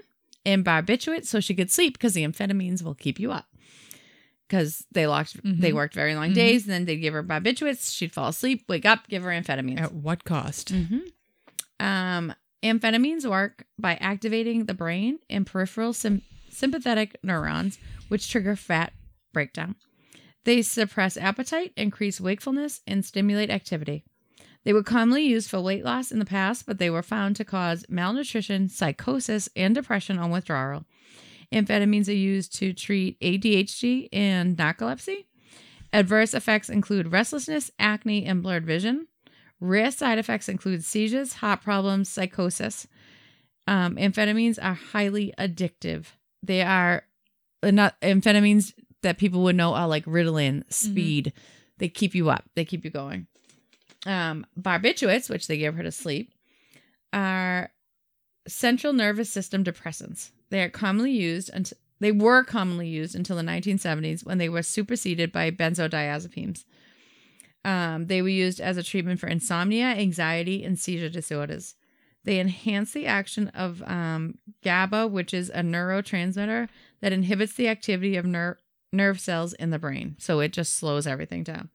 Speaker 2: and barbiturates so she could sleep because the amphetamines will keep you up. Because they locked, they
Speaker 1: Mhm.
Speaker 2: worked very long
Speaker 1: Mhm.
Speaker 2: days, and then they'd give her barbiturates. She'd fall asleep, wake up, give her amphetamines.
Speaker 1: At what cost?
Speaker 2: Mhm. Um, amphetamines work by activating the brain and peripheral sym- sympathetic neurons, which trigger fat breakdown. They suppress appetite, increase wakefulness, and stimulate activity. They were commonly used for weight loss in the past, but they were found to cause malnutrition, psychosis, and depression on withdrawal. Amphetamines are used to treat ADHD and narcolepsy. Adverse effects include restlessness, acne, and blurred vision. Rare side effects include seizures, heart problems, psychosis. Um, amphetamines are highly addictive. They are they're not amphetamines that people would know are like Ritalin, speed. They keep you up. They keep you going. Um, barbiturates, which they give her to sleep, are central nervous system depressants. They are commonly used until they were commonly used until the 1970s when they were superseded by benzodiazepines. Um, they were used as a treatment for insomnia, anxiety, and seizure disorders. They enhance the action of um, GABA, which is a neurotransmitter that inhibits the activity of ner- nerve cells in the brain. So it just slows everything down.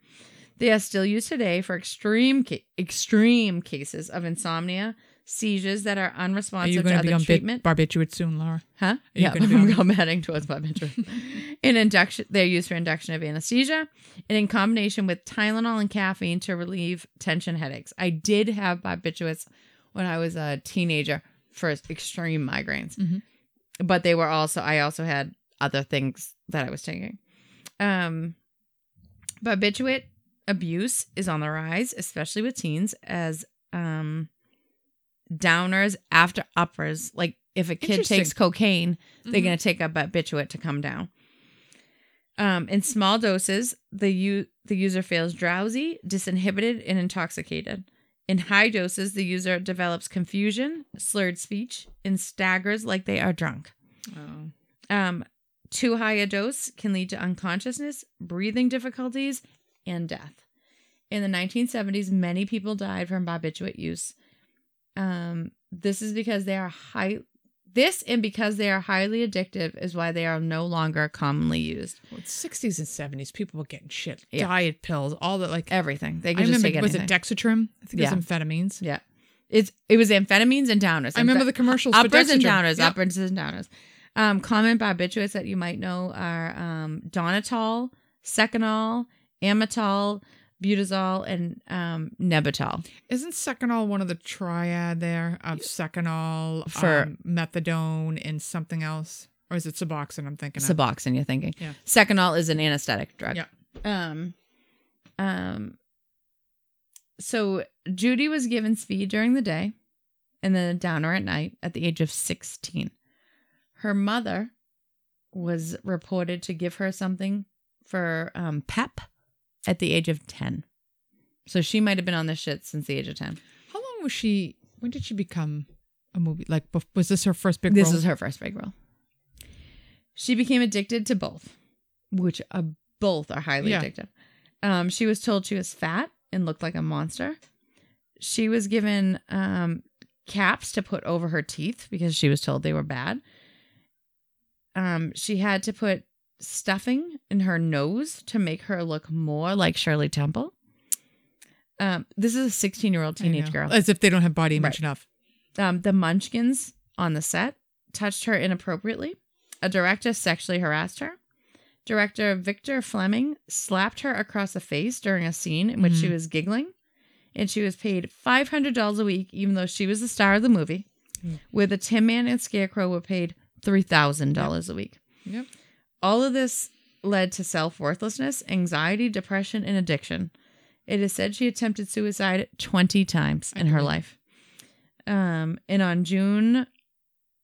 Speaker 2: They are still used today for extreme ca- extreme cases of insomnia, seizures that are
Speaker 1: Are you
Speaker 2: unresponsive
Speaker 1: going
Speaker 2: to
Speaker 1: to be
Speaker 2: other
Speaker 1: on bit-
Speaker 2: treatment.
Speaker 1: barbiturate soon, Laura?
Speaker 2: Huh?
Speaker 1: you
Speaker 2: Yeah,
Speaker 1: gonna be on
Speaker 2: I'm, I'm heading towards my bedroom. in induction, they're used for induction of anesthesia, and in combination with Tylenol and caffeine to relieve tension headaches. I did have barbiturates when I was a teenager for extreme migraines,
Speaker 1: Mhm.
Speaker 2: but they were also I also had other things that I was taking. Um, barbiturate abuse is on the rise, especially with teens, as um, downers after uppers. Like if a kid
Speaker 1: Interesting.
Speaker 2: takes cocaine, they're
Speaker 1: Mhm.
Speaker 2: going to take a barbiturate to come down. Um, in small doses, the u- the user feels drowsy, disinhibited, and intoxicated. In high doses, the user develops confusion, slurred speech, and staggers like they are drunk.
Speaker 1: Oh.
Speaker 2: Um, too high a dose can lead to unconsciousness, breathing difficulties, and death. In the 1970s, many people died from barbiturate use. Um, this is because they are high. This and because they are highly addictive is why they are no longer commonly used.
Speaker 1: Well, it's 60s and 70s. People were getting shit.
Speaker 2: Yeah.
Speaker 1: Diet pills, all that. Like,
Speaker 2: Everything they
Speaker 1: I
Speaker 2: can just
Speaker 1: remember,
Speaker 2: take
Speaker 1: was
Speaker 2: anything.
Speaker 1: it Dexatrim? I think
Speaker 2: Yeah.
Speaker 1: it was amphetamines.
Speaker 2: yeah, it's it was amphetamines and downers.
Speaker 1: I remember
Speaker 2: Amphe-
Speaker 1: the commercials. for
Speaker 2: uppers and
Speaker 1: Dexatrim.
Speaker 2: downers,
Speaker 1: Yep.
Speaker 2: uppers and downers. Um, common barbiturates that you might know are um, Donatol, Secanol, Amitol, Butazol, and um, Nebutol.
Speaker 1: Isn't Secanol one of the triad there of Secanol,
Speaker 2: For-
Speaker 1: um, methadone, and something else? Or is it Suboxone I'm thinking of?
Speaker 2: Suboxone, you're thinking.
Speaker 1: Yeah.
Speaker 2: Secanol is an anesthetic drug.
Speaker 1: Yeah.
Speaker 2: Um, um, so Judy was given speed during the day and then a downer at night at the age of 16. Her mother was reported to give her something for um, PEP at the age of 10. So she might have been on this shit since the age of 10.
Speaker 1: How long was she? When did she become a movie? Like, bef- was this her first big
Speaker 2: this
Speaker 1: role?
Speaker 2: is her first big role. She became addicted to both, which uh, both are highly
Speaker 1: Yeah.
Speaker 2: addictive. Um, she was told she was fat and looked like a monster. She was given um, caps to put over her teeth because she was told they were bad. Um, she had to put stuffing in her nose to make her look more like Shirley Temple. Um, this is a 16 year old
Speaker 1: I
Speaker 2: teenage
Speaker 1: know.
Speaker 2: girl
Speaker 1: As if they don't have body image
Speaker 2: Right.
Speaker 1: enough.
Speaker 2: um, the munchkins on the set touched her inappropriately. A director sexually harassed her. Director Victor Fleming slapped her across the face during a scene in which she
Speaker 1: Mhm.
Speaker 2: was giggling, and she was paid $500 a week, even though she was the star of the movie,
Speaker 1: Mm.
Speaker 2: where the Tin Man and Scarecrow were paid $3,000 a week.
Speaker 1: Yep.
Speaker 2: All of this led to self worthlessness, anxiety, depression, and addiction. It is said she attempted suicide 20 times
Speaker 1: I
Speaker 2: in her
Speaker 1: believe it.
Speaker 2: life. Um, and on June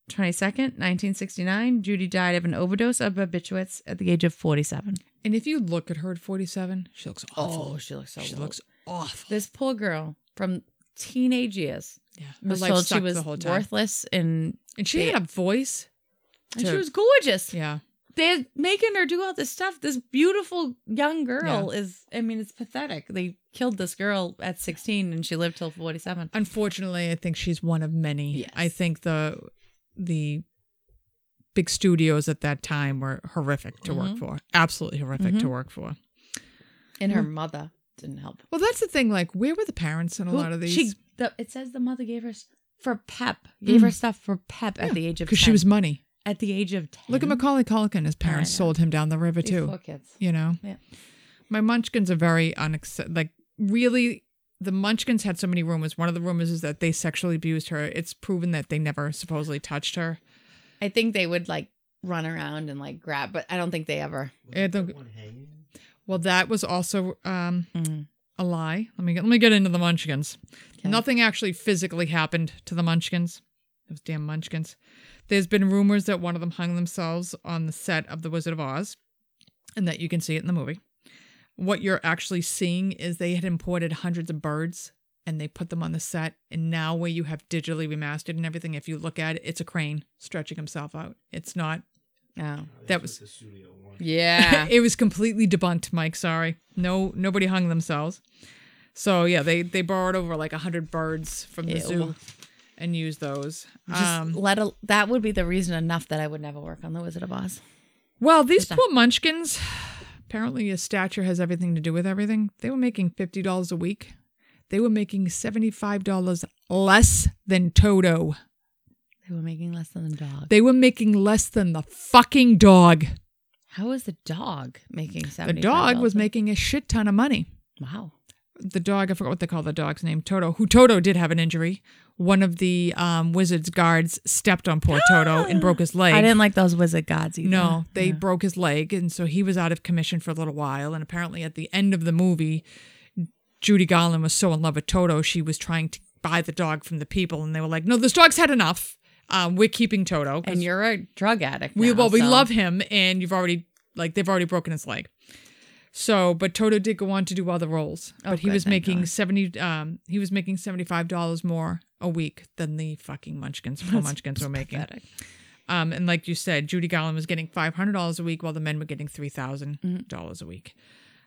Speaker 2: 22nd, 1969, Judy died of an overdose of barbiturates at the age of 47.
Speaker 1: And if you look at her at 47, she looks awful.
Speaker 2: Oh, she looks
Speaker 1: she looks awful.
Speaker 2: This poor girl from teenage years
Speaker 1: yeah. Her
Speaker 2: was
Speaker 1: life
Speaker 2: told she
Speaker 1: sucked
Speaker 2: was
Speaker 1: the whole time.
Speaker 2: worthless and,
Speaker 1: and she had a voice.
Speaker 2: and she
Speaker 1: to-
Speaker 2: was gorgeous.
Speaker 1: Yeah.
Speaker 2: They're making her do all this stuff. This beautiful young girl is, I mean, it's pathetic. They killed this girl at 16 and she lived till 47.
Speaker 1: Unfortunately, I think she's one of many.
Speaker 2: Yes.
Speaker 1: I think the the big studios at that time were horrific to work
Speaker 2: Mhm.
Speaker 1: for. Absolutely horrific
Speaker 2: Mm-hmm.
Speaker 1: to work for.
Speaker 2: And her mother didn't help.
Speaker 1: Well, that's the thing. Like, where were the parents in a
Speaker 2: Who-
Speaker 1: lot of these?
Speaker 2: She, the, it says the mother gave her s- for pep, gave her stuff for pep at the age of
Speaker 1: because she was money.
Speaker 2: at the age of ten.
Speaker 1: Look at Macaulay Culkin. His parents
Speaker 2: know.
Speaker 1: sold him down the river
Speaker 2: These
Speaker 1: too.
Speaker 2: poor kids.
Speaker 1: You know,
Speaker 2: Yeah.
Speaker 1: my Munchkins are very unaccept. Like really, the Munchkins had so many rumors. One of the rumors is that they sexually abused her. It's proven that they never supposedly touched her.
Speaker 2: I think they would like run around and like grab, but I don't think they ever.
Speaker 1: Yeah,
Speaker 3: Wasn't that
Speaker 1: the-
Speaker 3: one hanging?
Speaker 1: Well, that was also um,
Speaker 2: Mm-hmm.
Speaker 1: a lie. Let me get, let me get into the Munchkins.
Speaker 2: Okay.
Speaker 1: Nothing actually physically happened to the Munchkins. Those damn Munchkins. There's been rumors that one of them hung themselves on the set of The Wizard of Oz, and that you can see it in the movie. What you're actually seeing is they had imported hundreds of birds and they put them on the set. And now, where you have digitally remastered and everything, if you look at it, it's a crane stretching himself out. It's not.
Speaker 2: Oh.
Speaker 3: Oh, that's
Speaker 1: That
Speaker 3: what
Speaker 1: was-
Speaker 3: the studio one.
Speaker 2: Yeah.
Speaker 1: it was completely debunked, Mike. Sorry, no, nobody hung themselves. So yeah, they they borrowed over like hundred birds from the
Speaker 2: Ew.
Speaker 1: zoo and used those.
Speaker 2: Just
Speaker 1: Um,
Speaker 2: let a, that would be the reason enough that I would never work on the Wizard of Oz.
Speaker 1: well, these
Speaker 2: just a-
Speaker 1: poor Munchkins. Apparently, your stature has everything to do with everything. They were making fifty dollars a week. They were making seventy five dollars less than Toto.
Speaker 2: They were making less than the dog.
Speaker 1: They were making less than the fucking dog.
Speaker 2: How was the dog making
Speaker 1: The
Speaker 2: seventy?
Speaker 1: dog was making a shit ton of money.
Speaker 2: wow.
Speaker 1: the dog, I forgot what they call the dog's name, Toto, who Toto did have an injury. One of the um, wizard's guards stepped on poor Toto and broke his leg.
Speaker 2: I didn't like those wizard gods either.
Speaker 1: no, they
Speaker 2: Yeah.
Speaker 1: broke his leg. And so he was out of commission for a little while. And apparently, at the end of the movie, Judy Garland was so in love with Toto, she was trying to buy the dog from the people. And they were like, no, this dog's had enough. Um, we're keeping Toto. 'cause
Speaker 2: and you're a drug addict.
Speaker 1: we
Speaker 2: now,
Speaker 1: well, we
Speaker 2: so-
Speaker 1: love him, and you've already like they've already broken his leg. So, but Toto did go on to do other roles,
Speaker 2: Oh,
Speaker 1: but he
Speaker 2: good,
Speaker 1: was
Speaker 2: thank
Speaker 1: making
Speaker 2: God.
Speaker 1: seventy. Um, he was making seventy five dollars more a week than the fucking Munchkins. Poor Munchkins were making.
Speaker 2: pathetic.
Speaker 1: Um, and like you said, Judy Garland was getting five hundred dollars a week, while the men were getting three dollars
Speaker 2: Mm-hmm.
Speaker 1: a week.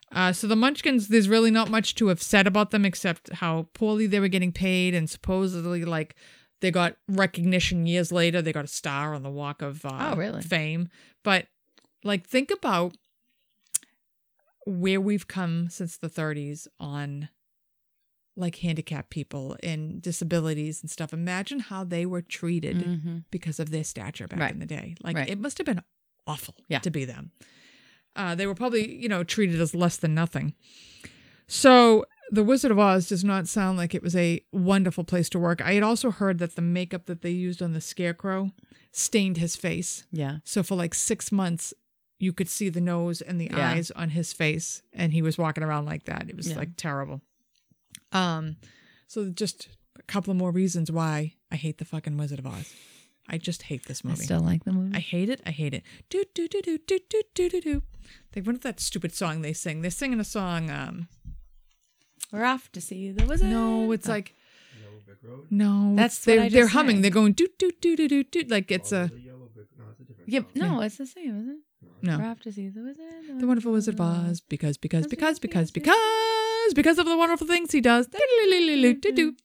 Speaker 1: Uh, so the Munchkins, there's really not much to have said about them except how poorly they were getting paid, and supposedly like they got recognition years later. They got a star on the Walk of uh,
Speaker 2: Oh, really?
Speaker 1: Fame. But like, think about where we've come since the 30s on like handicapped people and disabilities and stuff. Imagine how they were treated
Speaker 2: Mhm.
Speaker 1: because of their stature back
Speaker 2: Right.
Speaker 1: in the day. Like
Speaker 2: Right.
Speaker 1: it must have been awful
Speaker 2: Yeah.
Speaker 1: to be them. Uh, they were probably, you know, treated as less than nothing. So the Wizard of Oz does not sound like it was a wonderful place to work. I had also heard that the makeup that they used on the Scarecrow stained his face.
Speaker 2: Yeah.
Speaker 1: So for like six months, you could see the nose and the
Speaker 2: Yeah.
Speaker 1: eyes on his face, and he was walking around like that. It was
Speaker 2: Yeah.
Speaker 1: like terrible. Um, so just a couple of more reasons why I hate the fucking Wizard of Oz. I just hate this
Speaker 2: I
Speaker 1: movie.
Speaker 2: still like the movie.
Speaker 1: I hate it. I hate it. Do do do do do do do do do. They what is that stupid song they sing? They're singing a song. Um,
Speaker 2: We're off to see the wizard.
Speaker 1: no, it's
Speaker 2: Oh.
Speaker 1: like
Speaker 3: Yellow Brick Road?
Speaker 1: no.
Speaker 2: That's
Speaker 1: they're
Speaker 2: what I just
Speaker 1: they're humming.
Speaker 2: sang.
Speaker 1: They're going do do do do do do. Like it's
Speaker 3: Follow
Speaker 1: a
Speaker 3: the Yellow Brick- no, it's a different
Speaker 2: Yep.
Speaker 3: song.
Speaker 2: No, it's the same, isn't it?
Speaker 1: no.
Speaker 2: We're off to see the wizard.
Speaker 1: The Wonderful Wizard of Oz, because, because, because, because, because, because of the wonderful things he does. Do-do-do-do-do-do.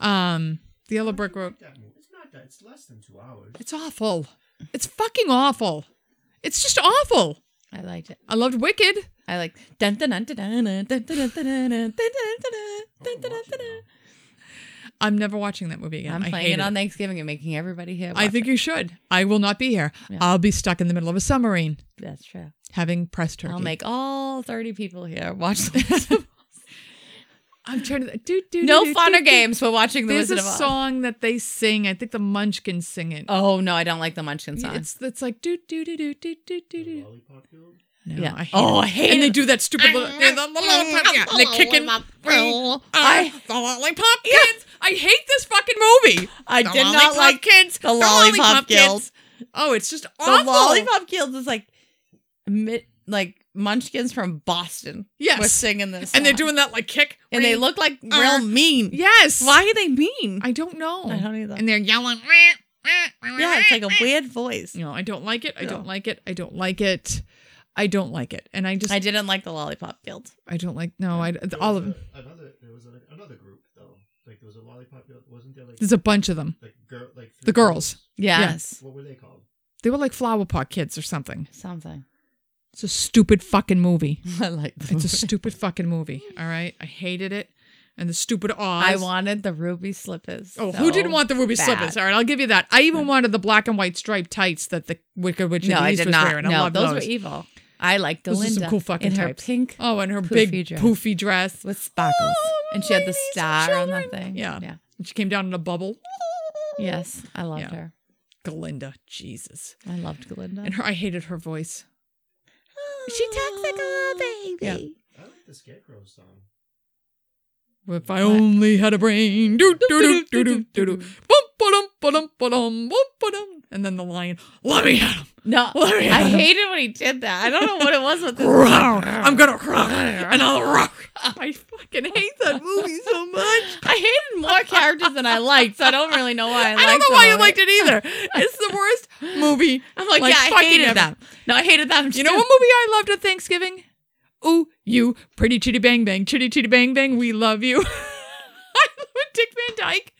Speaker 1: Um, the Yellow Brick Road.
Speaker 3: That mo- It's not that. It's less than two hours.
Speaker 1: It's awful. It's fucking awful. It's just awful.
Speaker 2: I liked it.
Speaker 1: I loved Wicked.
Speaker 2: I like dun dun dun dun dun dun dun dun dun dun dun dun dun dun dun dun dun.
Speaker 1: I'm never watching that movie again.
Speaker 2: I'm
Speaker 1: I
Speaker 2: playing
Speaker 1: hate
Speaker 2: it on Thanksgiving and making everybody here.
Speaker 1: I
Speaker 2: watch
Speaker 1: think
Speaker 2: it.
Speaker 1: you should. I will not be here.
Speaker 2: Yeah.
Speaker 1: I'll be stuck in the middle of a submarine
Speaker 2: that's true.
Speaker 1: having pressed turkey.
Speaker 2: I'll make all 30 people here watch the Wizard of Oz.
Speaker 1: I'm trying to. Do, do,
Speaker 2: No
Speaker 1: do,
Speaker 2: fun
Speaker 1: do,
Speaker 2: or
Speaker 1: do.
Speaker 2: games for watching the
Speaker 1: There's
Speaker 2: Wizard
Speaker 1: a
Speaker 2: of Oz.
Speaker 1: song that they sing. I think the Munchkins sing it.
Speaker 2: Oh no, I don't like the Munchkin song.
Speaker 1: It's it's like do do do do do do do
Speaker 3: The
Speaker 1: do.
Speaker 3: Lollipop Guild?
Speaker 1: No,
Speaker 2: Yeah.
Speaker 1: I hate
Speaker 2: Oh,
Speaker 1: it. Mm-hmm.
Speaker 2: I hate
Speaker 1: And they
Speaker 2: it.
Speaker 1: do that stupid little, yeah, the lollipop, yeah, and they kick in. I,
Speaker 2: I
Speaker 1: the lollipop kids. I hate this fucking movie.
Speaker 2: I
Speaker 1: The
Speaker 2: did
Speaker 1: lollipop
Speaker 2: not like
Speaker 1: kids.
Speaker 2: the Lollipop Guild.
Speaker 1: kids. Oh, it's just
Speaker 2: the
Speaker 1: awful.
Speaker 2: Lollipop Guild is like mi- like Munchkins from Boston.
Speaker 1: Yes.
Speaker 2: were singing this,
Speaker 1: and they're
Speaker 2: song.
Speaker 1: doing that like kick,
Speaker 2: and they
Speaker 1: ring.
Speaker 2: look like
Speaker 1: uh,
Speaker 2: real mean.
Speaker 1: Yes.
Speaker 2: Why are they mean?
Speaker 1: I don't know.
Speaker 2: I don't either.
Speaker 1: And they're yelling.
Speaker 2: yeah, it's like a weird voice.
Speaker 1: No, I don't like it. I don't
Speaker 2: No.
Speaker 1: like it. I don't like it. I don't like it. And I just,
Speaker 2: I
Speaker 1: I,
Speaker 2: didn't like the Lollipop Guild.
Speaker 1: don't like. No, Oh, I
Speaker 3: There
Speaker 1: all
Speaker 3: was
Speaker 1: of them.
Speaker 3: a- Another, there was a, another group though. Like there was a Lollipop Guild. Wasn't there like
Speaker 1: There's a bunch of them.
Speaker 3: like girl like
Speaker 1: The
Speaker 3: three
Speaker 1: girls.
Speaker 2: Yes,
Speaker 3: What were they called?
Speaker 1: They were like flower pot kids or something.
Speaker 2: something.
Speaker 1: It's a stupid fucking movie.
Speaker 2: I like. The
Speaker 1: It's a
Speaker 2: movie.
Speaker 1: stupid fucking movie. All right, I hated it, and the stupid Oz.
Speaker 2: I wanted the ruby slippers.
Speaker 1: Oh,
Speaker 2: so
Speaker 1: who didn't want the ruby
Speaker 2: bad.
Speaker 1: slippers? All right, I'll give you that. I even wanted the black and white striped tights that the Wicked Witch of
Speaker 2: No,
Speaker 1: the
Speaker 2: I
Speaker 1: East
Speaker 2: did
Speaker 1: was
Speaker 2: not.
Speaker 1: wearing. I
Speaker 2: No,
Speaker 1: loved
Speaker 2: those were evil. I liked
Speaker 1: Those are
Speaker 2: Delinda
Speaker 1: some cool fucking
Speaker 2: in her
Speaker 1: types.
Speaker 2: pink
Speaker 1: Oh, and her
Speaker 2: poofy
Speaker 1: big
Speaker 2: dress.
Speaker 1: poofy dress.
Speaker 2: with sparkles.
Speaker 1: Oh,
Speaker 2: and she had the
Speaker 1: Ladies and
Speaker 2: star on that
Speaker 1: children.
Speaker 2: thing.
Speaker 1: Yeah.
Speaker 2: yeah,
Speaker 1: And she came down in a bubble.
Speaker 2: yes, I loved
Speaker 1: Yeah.
Speaker 2: her.
Speaker 1: Glinda, Jesus.
Speaker 2: I loved Glinda.
Speaker 1: And her, I hated her voice.
Speaker 2: oh,
Speaker 1: baby.
Speaker 3: I like the Scarecrow song.
Speaker 1: If I only had a brain. Do, do, do, do, do, do, do. Bum, ba-dum, ba-dum, ba-dum, bum, ba-dum. And then the lion, let me at him.
Speaker 2: No,
Speaker 1: Let me at
Speaker 2: I
Speaker 1: him.
Speaker 2: hated when he did that. I don't know what it was with this.
Speaker 1: Roar. I'm gonna rock and I'll rock. I fucking hate that movie so much.
Speaker 2: I hated more characters than I liked, so I don't really know why I
Speaker 1: Oh, I,
Speaker 2: liked
Speaker 1: don't
Speaker 2: them
Speaker 1: know why you
Speaker 2: all.
Speaker 1: liked it either. It's the worst movie.
Speaker 2: I'm like,
Speaker 1: Like,
Speaker 2: yeah, I
Speaker 1: fucking
Speaker 2: hated
Speaker 1: ever.
Speaker 2: them. No, I hated them.
Speaker 1: You know what movie I loved at Thanksgiving? Ooh, you pretty chitty bang bang, chitty chitty bang bang, we love you. I love Dick Van Dyke.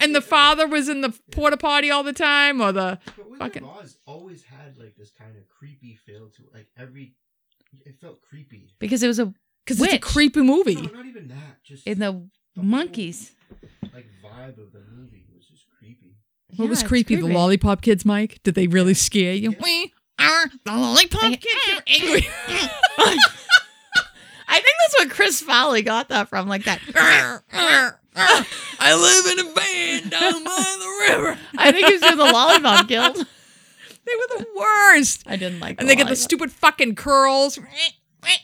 Speaker 1: And the father was in the porta potty all the time, or the
Speaker 3: But Wizard
Speaker 1: Fucking-
Speaker 3: of Oz always had like this kind of creepy feel to it. Like every, it felt creepy.
Speaker 2: Because it was a
Speaker 1: because it's a
Speaker 2: Witch.
Speaker 1: creepy
Speaker 3: No,
Speaker 1: movie.
Speaker 3: not even that. Just
Speaker 2: in the
Speaker 3: whole,
Speaker 2: monkeys.
Speaker 3: like vibe of the movie was just creepy.
Speaker 1: What was
Speaker 2: Yeah, it's
Speaker 1: creepy? The lollipop kids, Mike. Did they really scare you?
Speaker 3: Yeah.
Speaker 1: We are the lollipop
Speaker 2: They-
Speaker 1: kids. You're angry.
Speaker 2: I think that's what Chris Foley got that from, like that.
Speaker 1: I live in a van down by the river.
Speaker 2: I think it was with the Lollipop Guild.
Speaker 1: They were the worst.
Speaker 2: I didn't like.
Speaker 1: And they get the
Speaker 2: lollipop.
Speaker 1: stupid fucking curls.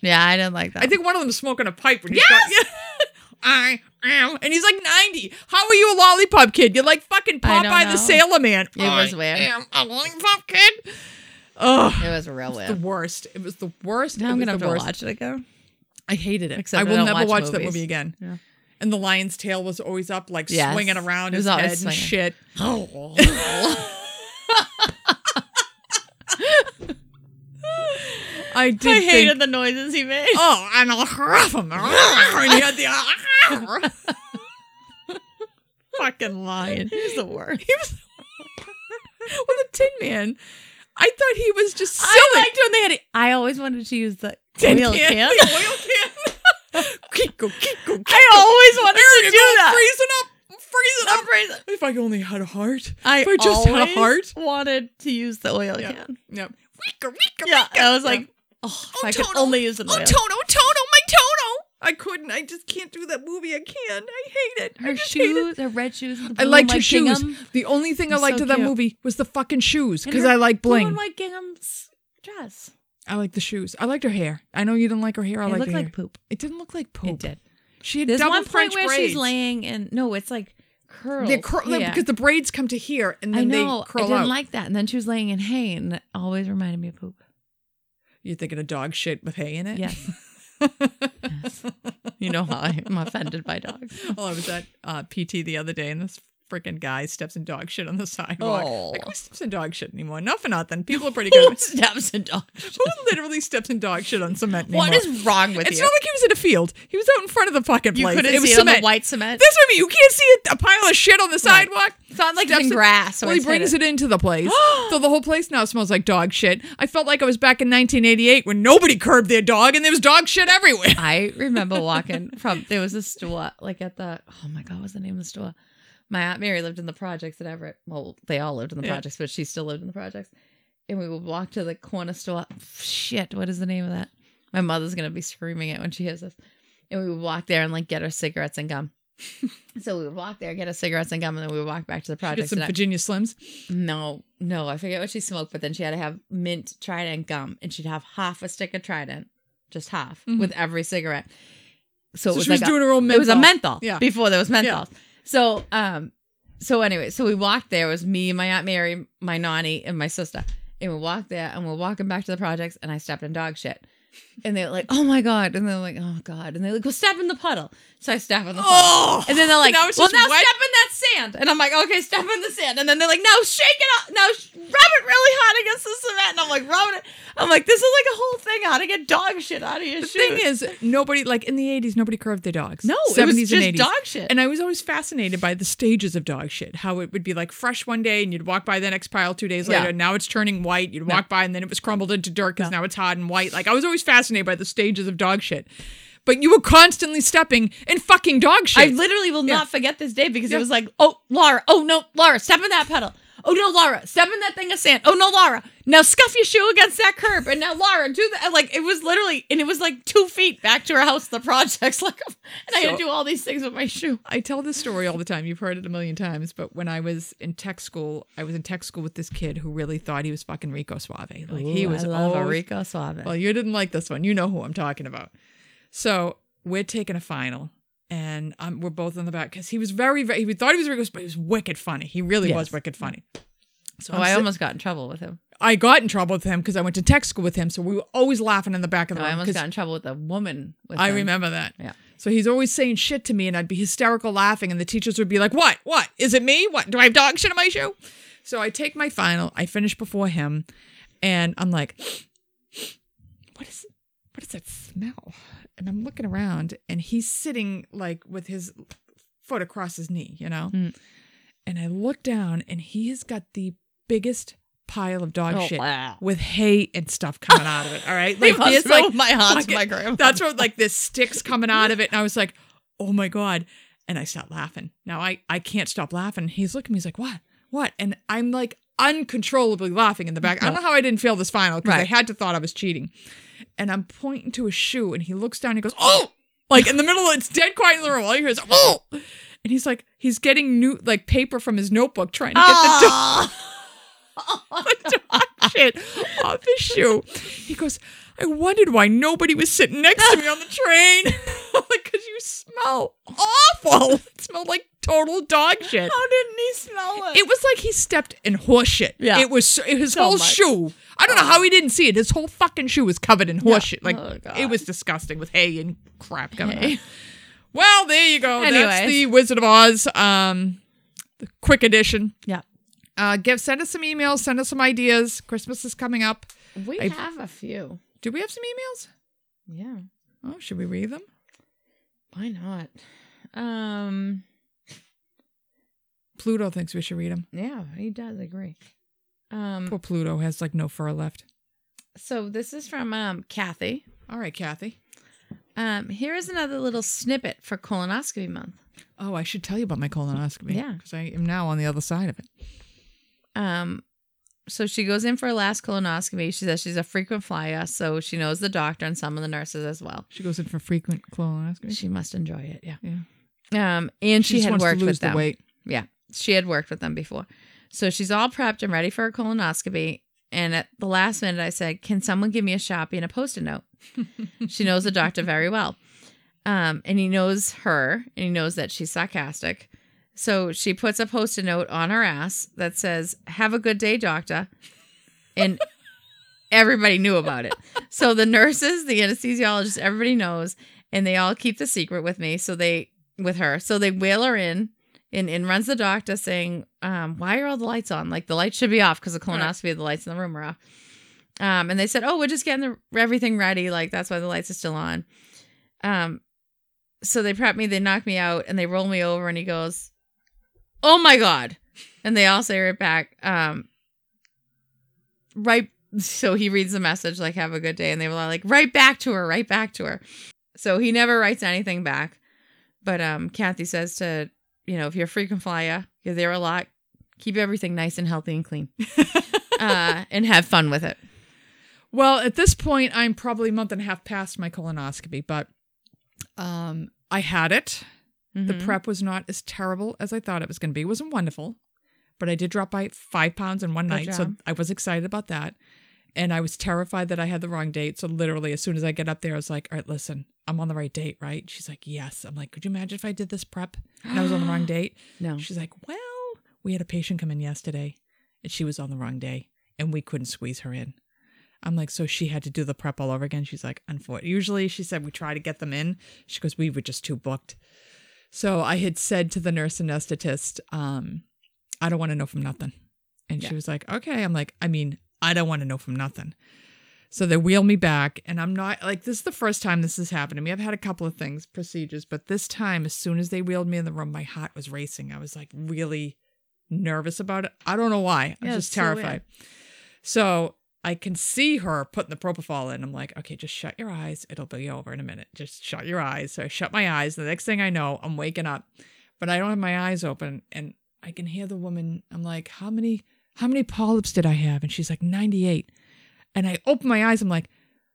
Speaker 2: Yeah, I didn't like that.
Speaker 1: I think one of them's smoking a pipe when he's yes! I am. And he's like 90. How are you a lollipop kid? You're like fucking
Speaker 2: I don't
Speaker 1: Popeye the
Speaker 2: know.
Speaker 1: Sailor Man.
Speaker 2: It was weird.
Speaker 1: I am a lollipop kid. Ugh.
Speaker 2: it was real
Speaker 1: The
Speaker 2: weird.
Speaker 1: worst. It was the worst. It
Speaker 2: Now I'm
Speaker 1: was
Speaker 2: gonna have
Speaker 1: the
Speaker 2: to
Speaker 1: worst.
Speaker 2: watch it again.
Speaker 1: I hated it.
Speaker 2: Except
Speaker 1: I
Speaker 2: I
Speaker 1: will
Speaker 2: don't
Speaker 1: never
Speaker 2: watch
Speaker 1: watch that
Speaker 2: movies.
Speaker 1: movie again.
Speaker 2: Yeah.
Speaker 1: And the lion's tail was always up, like
Speaker 2: Yes.
Speaker 1: swinging around
Speaker 2: It was
Speaker 1: his
Speaker 2: always
Speaker 1: head and
Speaker 2: swinging.
Speaker 1: shit.
Speaker 2: Oh,
Speaker 1: I did.
Speaker 2: I hated
Speaker 1: think,
Speaker 2: the noises he made.
Speaker 1: Oh, and I'll harass him. and he had uh, the fucking lion.
Speaker 2: He was the worst.
Speaker 1: He was well, the Tin Man. I thought he was just silly.
Speaker 2: I liked when they had. I always wanted to use the
Speaker 1: Tin
Speaker 2: oil
Speaker 1: can.
Speaker 2: can.
Speaker 1: The oil can. Kiko, Kiko, Kiko.
Speaker 2: I always wanted
Speaker 1: There
Speaker 2: to
Speaker 1: you
Speaker 2: do
Speaker 1: go,
Speaker 2: that.
Speaker 1: Freezing up. I'm freezing
Speaker 2: I'm
Speaker 1: up.
Speaker 2: freezing.
Speaker 1: If I only had a heart.
Speaker 2: I,
Speaker 1: If I just had a
Speaker 2: always
Speaker 1: heart.
Speaker 2: wanted to use the oil
Speaker 1: Yeah.
Speaker 2: can.
Speaker 1: Yep. Weaker, weaker,
Speaker 2: Yeah,
Speaker 1: weaker.
Speaker 2: I was like, oh, if
Speaker 1: Oh,
Speaker 2: I could
Speaker 1: Toto.
Speaker 2: only use an
Speaker 1: Oh,
Speaker 2: oil.
Speaker 1: Toto, Toto, my Toto. I couldn't. I just can't do that movie. I can't. I hate it. I
Speaker 2: her
Speaker 1: just hate it.
Speaker 2: shoes, her red shoes. and the
Speaker 1: I
Speaker 2: blue
Speaker 1: liked
Speaker 2: and
Speaker 1: her
Speaker 2: white
Speaker 1: shoes.
Speaker 2: gingham.
Speaker 1: The only thing I
Speaker 2: They're
Speaker 1: liked
Speaker 2: so
Speaker 1: of that
Speaker 2: cute.
Speaker 1: movie was the fucking shoes
Speaker 2: And
Speaker 1: because
Speaker 2: her
Speaker 1: I like
Speaker 2: Blue and
Speaker 1: bling.
Speaker 2: white gingham's dress.
Speaker 1: I like the shoes. I liked her hair. I know you didn't like her hair. I
Speaker 2: It
Speaker 1: liked
Speaker 2: looked
Speaker 1: her hair.
Speaker 2: like poop.
Speaker 1: It didn't look like poop.
Speaker 2: It did.
Speaker 1: She had
Speaker 2: There's
Speaker 1: double
Speaker 2: one
Speaker 1: French
Speaker 2: point where
Speaker 1: braids.
Speaker 2: she's laying and no, it's like curls.
Speaker 1: They cur- like,
Speaker 2: Yeah.
Speaker 1: because the braids come to here and
Speaker 2: I
Speaker 1: then
Speaker 2: know.
Speaker 1: they
Speaker 2: I
Speaker 1: curl
Speaker 2: didn't
Speaker 1: out.
Speaker 2: like that. And then she was laying in hay, and it always reminded me of poop.
Speaker 1: You're thinking of dog shit with hay in it.
Speaker 2: Yes. Yes. You know how I'm offended by dogs.
Speaker 1: Well, I was at uh, PT the other day, and this freaking guy steps in dog shit on the sidewalk.
Speaker 2: Oh.
Speaker 1: Like, who steps in dog shit anymore? Not for nothing. People are pretty good.
Speaker 2: steps and dogs?
Speaker 1: who literally steps in dog shit on cement anymore?
Speaker 2: What is wrong with
Speaker 1: It's
Speaker 2: you?
Speaker 1: not like he was in a field. He was out in front of the fucking
Speaker 2: you
Speaker 1: place.
Speaker 2: couldn't
Speaker 1: it was
Speaker 2: see it on
Speaker 1: cement.
Speaker 2: the white cement.
Speaker 1: This would be you can't see a, a pile of shit on the sidewalk.
Speaker 2: it's not like it's
Speaker 1: Steps
Speaker 2: in
Speaker 1: in-
Speaker 2: grass. Or
Speaker 1: So well, he brings it into the place. so the whole place now smells like dog shit. I felt like I was back in 1988 when nobody curbed their dog and there was dog shit everywhere.
Speaker 2: I remember walking from there was a store like at the oh my god, what's the name of the store? My aunt Mary lived in the projects at Everett. Well, they all lived in the
Speaker 1: Yeah.
Speaker 2: projects, but she still lived in the projects. And we would walk to the corner store. Shit, what is the name of that? My mother's gonna be screaming it when she hears this. And we would walk there and like get our cigarettes and gum. so we would walk there, get our cigarettes and gum, and then we would walk back to the
Speaker 1: Get
Speaker 2: projects.
Speaker 1: some
Speaker 2: and I-
Speaker 1: Virginia Slims.
Speaker 2: no, no, I forget what she smoked, but then she had to have mint Trident gum, and she'd have half a stick of Trident, just half,
Speaker 1: Mhm.
Speaker 2: with every cigarette. So,
Speaker 1: So
Speaker 2: it was
Speaker 1: she was
Speaker 2: like
Speaker 1: doing her own
Speaker 2: a,
Speaker 1: menthol.
Speaker 2: it was a menthol
Speaker 1: Yeah.
Speaker 2: before there was menthols.
Speaker 1: Yeah.
Speaker 2: So, um, so anyway, so we walked there. It was me, my aunt Mary, my nanny, and my sister, and we walked there, and we're walking back to the projects, and I stepped in dog shit. And they're like, "Oh my god!" And they're like, "Oh god!" And they're like, "Well, step in the puddle." So I step in the puddle.
Speaker 1: Oh,
Speaker 2: And then they're like,
Speaker 1: Now it's
Speaker 2: well,
Speaker 1: just
Speaker 2: now
Speaker 1: wet.
Speaker 2: step in that sand. And I'm like, okay, step in the sand. And then they're like, no, shake it up. No, sh- rub it really hard against the cement. And I'm like, rubbing it. I'm like, this is like a whole thing how to get dog shit out of your
Speaker 1: the
Speaker 2: shoes.
Speaker 1: thing is, nobody like in the 80s, nobody curved their dogs.
Speaker 2: no,
Speaker 1: 70s
Speaker 2: it was just
Speaker 1: and 80s.
Speaker 2: dog shit.
Speaker 1: And I was always fascinated by the stages of dog shit. How it would be like fresh one day, and you'd walk by the next pile two days
Speaker 2: Yeah.
Speaker 1: later. And now it's turning white. You'd walk by, and then it was crumbled into dirt because now it's hot and white. Like I was always fascinated by the stages of dog shit. But you were constantly stepping in fucking dog shit.
Speaker 2: I literally will
Speaker 1: Yeah.
Speaker 2: not forget this day because
Speaker 1: Yeah.
Speaker 2: it was like, oh, Laura, oh no, Laura, step in that pedal. Oh no, Laura, step in that thing of sand. Oh no, Laura, now scuff your shoe against that curb. And now, Laura, do that. Like it was literally, and it was like two feet back to her house. The projects, like, and I had to do all these things with my shoe.
Speaker 1: I tell this story all the time. You've heard it a million times, but when I was in tech school, I was in tech school with this kid who really thought he was fucking Rico Suave. Like he was
Speaker 2: I love a
Speaker 1: always- Oh,
Speaker 2: Rico Suave.
Speaker 1: Well, you didn't like this one. You know who I'm talking about. So we're taking a final, and um, we're both in the back because he was very, very. He thought he was Rico, but he was wicked funny. He really was
Speaker 2: Yes.
Speaker 1: wicked funny. So
Speaker 2: oh,
Speaker 1: I'm
Speaker 2: I
Speaker 1: sit-
Speaker 2: almost got in trouble with him.
Speaker 1: I got in trouble with him because I went to tech school with him, so we were always laughing in the back of the
Speaker 2: No, Oh, I
Speaker 1: room.
Speaker 2: almost
Speaker 1: Oh, 'cause
Speaker 2: got in trouble with a woman. With
Speaker 1: I
Speaker 2: him.
Speaker 1: remember that.
Speaker 2: Yeah.
Speaker 1: So he's always saying shit to me, and I'd be hysterical laughing, and the teachers would be like, "What? What is it? Me? What? Do I have dog shit in my shoe?" So I take my final. I finish before him, and I'm like, "What is? What is that smell?" And I'm looking around, and he's sitting like with his foot across his knee, you know.
Speaker 2: Mm.
Speaker 1: And I look down, and he has got the biggest pile of dog
Speaker 2: Oh,
Speaker 1: shit
Speaker 2: wow.
Speaker 1: with hay and stuff coming out of it. All right,
Speaker 2: They
Speaker 1: Like,
Speaker 2: must
Speaker 1: there's,
Speaker 2: know my aunts,
Speaker 1: fucking-
Speaker 2: my grandma.
Speaker 1: that's where like this sticks coming out of it and i was like oh my god and i stopped laughing now i i can't stop laughing he's looking at me he's like what what and i'm like uncontrollably laughing in the back i don't know how i didn't fail this final because i
Speaker 2: Right.
Speaker 1: had to thought i was cheating and i'm pointing to a shoe and he looks down and he goes oh like in the middle it's dead quiet in the room all you hear is oh and he's like he's getting new like paper from his notebook trying to get
Speaker 2: Ah.
Speaker 1: the dog shit off his shoe. He goes, I wondered why nobody was sitting next to me on the train. like, because you smell awful. It smelled like total dog shit.
Speaker 2: How didn't he smell it?
Speaker 1: It was like he stepped in horse shit.
Speaker 2: Yeah.
Speaker 1: It was so- his
Speaker 2: So
Speaker 1: whole
Speaker 2: much.
Speaker 1: shoe. I don't know how he didn't see it. His whole fucking shoe was covered in horse shit. Like,
Speaker 2: Oh, God.
Speaker 1: it was disgusting with hay and crap coming out.
Speaker 2: Hey.
Speaker 1: Well, there you go. That's
Speaker 2: Anyways.
Speaker 1: the Wizard of Oz. Um, the quick edition.
Speaker 2: Yeah.
Speaker 1: Uh, give send us some emails. Send us some ideas. Christmas is coming up.
Speaker 2: We
Speaker 1: I-
Speaker 2: have a few.
Speaker 1: Do we have some emails?
Speaker 2: Yeah.
Speaker 1: Oh, should we read them?
Speaker 2: Why not? Um.
Speaker 1: Pluto thinks we should read them.
Speaker 2: Yeah, he does agree. Um.
Speaker 1: Poor Pluto has like no fur left.
Speaker 2: So this is from um Kathy.
Speaker 1: All right, Kathy.
Speaker 2: Um. Here is another little snippet for colonoscopy month.
Speaker 1: Oh, I should tell you about my colonoscopy.
Speaker 2: Yeah.
Speaker 1: Because I am now on the other side of it.
Speaker 2: Um. So she goes in for her last colonoscopy. She says she's a frequent flyer, so she knows the doctor and some of the nurses as well.
Speaker 1: She goes in for frequent colonoscopy.
Speaker 2: She must enjoy it. Yeah.
Speaker 1: Yeah.
Speaker 2: Um. And she,
Speaker 1: just
Speaker 2: had
Speaker 1: wants to
Speaker 2: worked
Speaker 1: lose
Speaker 2: with
Speaker 1: the
Speaker 2: them.
Speaker 1: weight.
Speaker 2: Yeah, she had worked with them before. So she's all prepped and ready for a colonoscopy. And at the last minute, I said, Can someone give me a Sharpie and a post it note? she knows the doctor very well. Um, and he knows her, and he knows that she's sarcastic. So she puts a post it note on her ass that says, Have a good day, doctor. And everybody knew about it. So the nurses, the anesthesiologists, everybody knows. And they all keep the secret with me. So they, with her. So they wheel her in and in runs the doctor saying, um, why are all the lights on? Like the lights should be off because the
Speaker 1: Right.
Speaker 2: colonoscopy, the lights in the room are off. Um, and they said, oh, we're just getting the, everything ready. Like that's why the lights are still on. Um, so they prep me, they knock me out, and they roll me over, and he goes, oh my god, and they all say right back, um, right. So he reads the message like, have a good day, and they were all like, right back to her, right back to her. So he never writes anything back. But um, Kathy says to you know, if you're a frequent flyer, you're there a lot, keep everything nice and healthy and clean. uh, and have fun with it.
Speaker 1: Well, at this point, I'm probably a month and a half past my colonoscopy, but um, I had it. The
Speaker 2: Mhm.
Speaker 1: prep was not as terrible as I thought it was going to be. It wasn't wonderful, but I did drop by five pounds in one
Speaker 2: Good
Speaker 1: night. So
Speaker 2: job.
Speaker 1: I was excited about that. And I was terrified that I had the wrong date. So literally, as soon as I get up there, I was like, all right, listen, I'm on the right date, right? She's like, yes. I'm like, could you imagine if I did this prep and I was on the wrong date?
Speaker 2: No.
Speaker 1: She's like, well, we had a patient come in yesterday and she was on the wrong day and we couldn't squeeze her in. I'm like, so she had to do the prep all over again. She's like, unfortunately, usually she said we try to get them in. She goes, we were just too booked. So I had said to the nurse anesthetist, um, I don't want to know from nothing. And
Speaker 2: Yeah.
Speaker 1: she was like, okay. I'm like, I mean, I don't want to know from nothing. So they wheel me back, and I'm not like this is the first time this has happened to me. I've had a couple of things, procedures, but this time, as soon as they wheeled me in the room, my heart was racing. I was like really nervous about it. I don't know why. I'm
Speaker 2: Yeah,
Speaker 1: just
Speaker 2: it's so weird.
Speaker 1: terrified. So I can see her putting the propofol in. I'm like, okay, just shut your eyes. It'll be over in a minute. Just shut your eyes. So I shut my eyes. The next thing I know, I'm waking up, but I don't have my eyes open. And I can hear the woman. I'm like, how many how many polyps did I have? And she's like, 98. And I open my eyes. I'm like,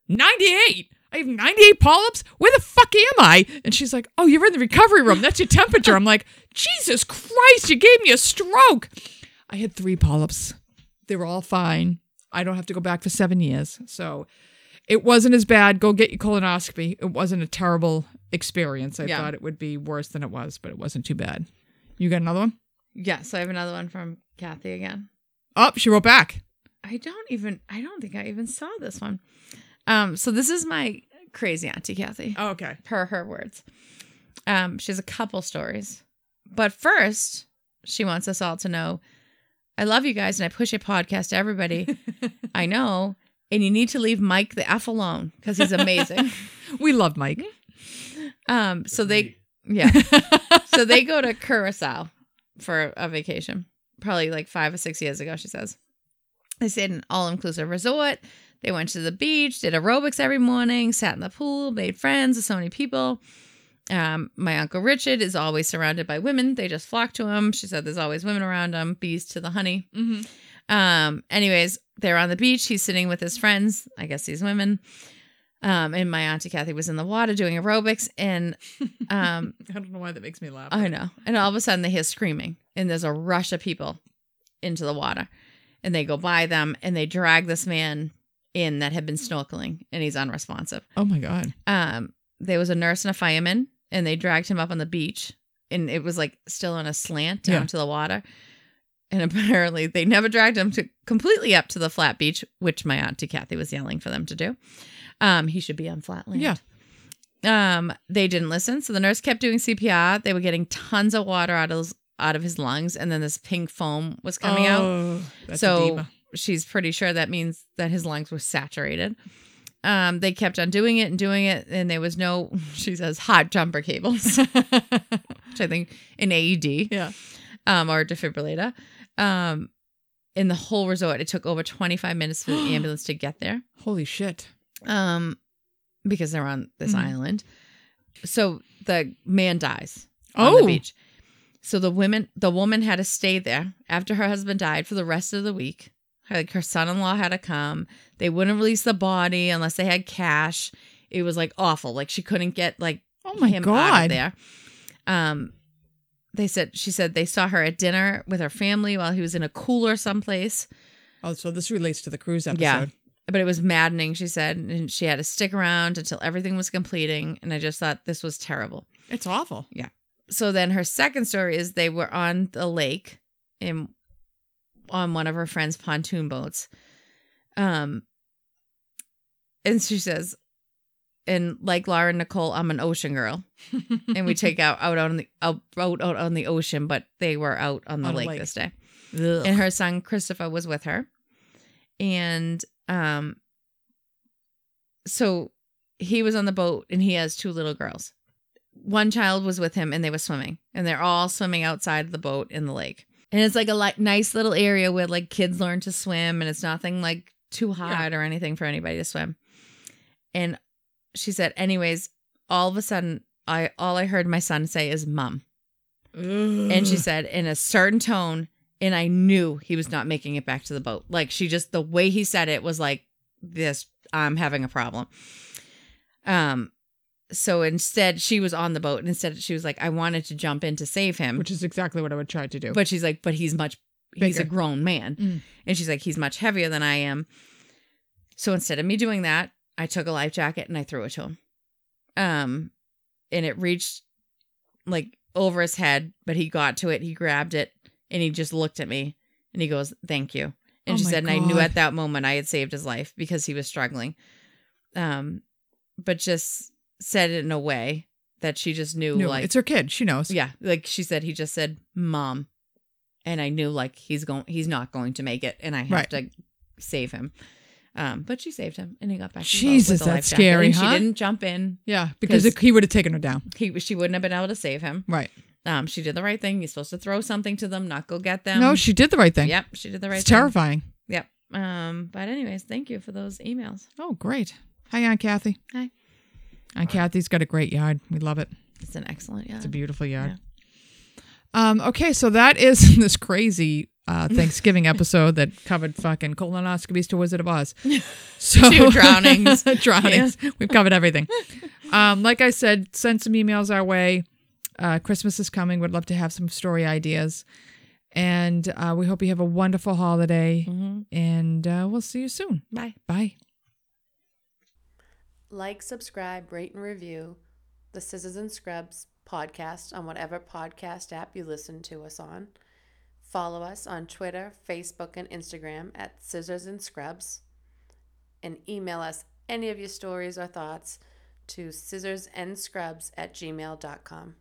Speaker 1: 98. I have 98 polyps. Where the fuck am I? And she's like, oh, you're in the recovery room. That's your temperature. I'm like, Jesus Christ, you gave me a stroke. I had three polyps. They were all fine. I don't have to go back for seven years. So it wasn't as bad. Go get your colonoscopy. It wasn't a terrible experience. I
Speaker 2: Yeah.
Speaker 1: thought it would be worse than it was, but it wasn't too bad. You got another one?
Speaker 2: Yeah, so I have another one from Kathy again.
Speaker 1: Oh, she wrote back.
Speaker 2: I don't even I don't think I even saw this one. Um, so this is my crazy auntie Kathy.
Speaker 1: Oh, okay.
Speaker 2: per her words. Um, she has a couple stories. But first, she wants us all to know I love you guys and I push a podcast to everybody. I know. And you need to leave Mike the F alone because he's amazing.
Speaker 1: We love Mike.
Speaker 2: um, so they,
Speaker 3: Agreed.
Speaker 2: yeah. So they go to Curacao for a vacation, probably like five or six years ago, she says. They stayed in an all inclusive resort. They went to the beach, did aerobics every morning, sat in the pool, made friends with so many people. Um, my uncle Richard is always surrounded by women. They just flock to him. She said there's always women around him, bees to the honey.
Speaker 1: mm-hmm.
Speaker 2: Um, anyways, they're on the beach. He's sitting with his friends, I guess these women. Um, and my auntie Kathy was in the water doing aerobics, and um,
Speaker 1: I don't know why that makes me laugh.
Speaker 2: I know. And all of a sudden they hear screaming, and there's a rush of people into the water. And they go by them and they drag this man in that had been snorkeling, and he's unresponsive.
Speaker 1: oh my god.
Speaker 2: Um, there was a nurse and a fireman, and they dragged him up on the beach, and it was like still on a slant down
Speaker 1: Yeah.
Speaker 2: to the water. And apparently, they never dragged him to completely up to the flat beach, which my auntie Kathy was yelling for them to do. Um, he should be on flat land.
Speaker 1: Yeah.
Speaker 2: Um, they didn't listen, so the nurse kept doing CPR. They were getting tons of water out of his, out of his lungs, and then this pink foam was coming out
Speaker 1: Oh, that's a
Speaker 2: so
Speaker 1: diva.
Speaker 2: she's pretty sure that means that his lungs were saturated. Um, they kept on doing it and doing it, and there was no, she says, hot jumper cables, which I think an AED
Speaker 1: yeah.
Speaker 2: um, or a defibrillator. Um, in the whole resort, it took over 25 minutes for the ambulance to get there
Speaker 1: Holy shit.
Speaker 2: um, because they're on this
Speaker 1: Mhm.
Speaker 2: island. So the man dies on
Speaker 1: Oh.
Speaker 2: the beach. So the women, the woman had to stay there after her husband died for the rest of the week. Her- Like her son-in-law had to come. They wouldn't release the body unless they had cash. It was like awful. Like she couldn't get like
Speaker 1: Oh my
Speaker 2: him out of
Speaker 1: god.
Speaker 2: there. Um, they said she said they saw her at dinner with her family while he was in a cooler someplace
Speaker 1: Oh, so this relates to the cruise episode.
Speaker 2: Yeah. but it was maddening she said and she had to stick around until everything was completing and i just thought this was terrible
Speaker 1: It's awful.
Speaker 2: so then her second story is they were on the lake in on one of her friend's pontoon boats um and she says and like Laura and Nicole, I'm an ocean girl, and we take out out on the out, out, out on the ocean, but they were out on the
Speaker 1: On a
Speaker 2: lake
Speaker 1: lake.
Speaker 2: this day
Speaker 1: Ugh.
Speaker 2: and her son Christopher was with her. And um so he was on the boat and he has two little girls. One child was with him and they were swimming and they're all swimming outside the boat in the lake. And it's like a li- nice little area where like kids learn to swim and it's nothing like too hot or anything for anybody to swim. And she said anyways, all of a sudden I all I heard my son say is mom. And she said in a certain tone, and I knew he was not making it back to the boat. Like she just the way he said it was like this I'm having a problem. Um so instead she was on the boat and instead she was like I wanted to jump in to save him.
Speaker 1: which is exactly what I would try to do.
Speaker 2: But she's like, but he's much, he's a
Speaker 1: Bigger.
Speaker 2: grown man.
Speaker 1: Mm.
Speaker 2: And she's like, he's much heavier than I am. So instead of me doing that, I took a life jacket and I threw it to him. Um, and it reached like over his head, but he got to it. He grabbed it and he just looked at me and he goes, thank you. And
Speaker 1: Oh
Speaker 2: she
Speaker 1: my
Speaker 2: said, and I knew
Speaker 1: God.
Speaker 2: at that moment I had saved his life because he was struggling. Um, but just said it in a way that she just knew,
Speaker 1: No,
Speaker 2: like,
Speaker 1: it's her kid. She knows.
Speaker 2: yeah, like she said, he just said mom, and I knew like he's going, he's not going to make it, and I have
Speaker 1: Right.
Speaker 2: to save him. Um, but she saved him, and he got back. to the boat
Speaker 1: Jesus,
Speaker 2: with the life
Speaker 1: that's
Speaker 2: jacket,
Speaker 1: scary,
Speaker 2: and
Speaker 1: huh?
Speaker 2: She didn't jump in.
Speaker 1: Yeah, because it, he would have taken her down.
Speaker 2: He she wouldn't have been able to save him.
Speaker 1: Right.
Speaker 2: Um, she did the right thing. You're supposed to throw something to them, not go get them.
Speaker 1: no, she did the right thing.
Speaker 2: Yep, she did the right
Speaker 1: it's
Speaker 2: thing.
Speaker 1: terrifying.
Speaker 2: Yep. Um, but anyways, thank you for those emails.
Speaker 1: Oh, great. Hi, Aunt Kathy.
Speaker 2: Hi.
Speaker 1: Aunt Kathy's got a great yard. We love it.
Speaker 2: It's an excellent yeah.
Speaker 1: It's a beautiful yard. Um, okay, so that is this crazy uh, Thanksgiving episode that covered fucking colonoscopies to Wizard of Oz. So
Speaker 2: Two drownings.
Speaker 1: drownings. We've covered everything. Um, like I said, send some emails our way. Uh, Christmas is coming. Would love to have some story ideas. And uh, we hope you have a wonderful holiday. And uh, we'll see you soon.
Speaker 2: Mm-hmm. Bye.
Speaker 1: Bye.
Speaker 4: Like, subscribe, rate, and review the Scissors and Scrubs podcast on whatever podcast app you listen to us on. Follow us on Twitter, Facebook, and Instagram at Scissors and Scrubs. And email us any of your stories or thoughts to scissorsandscrubs at gmail.com.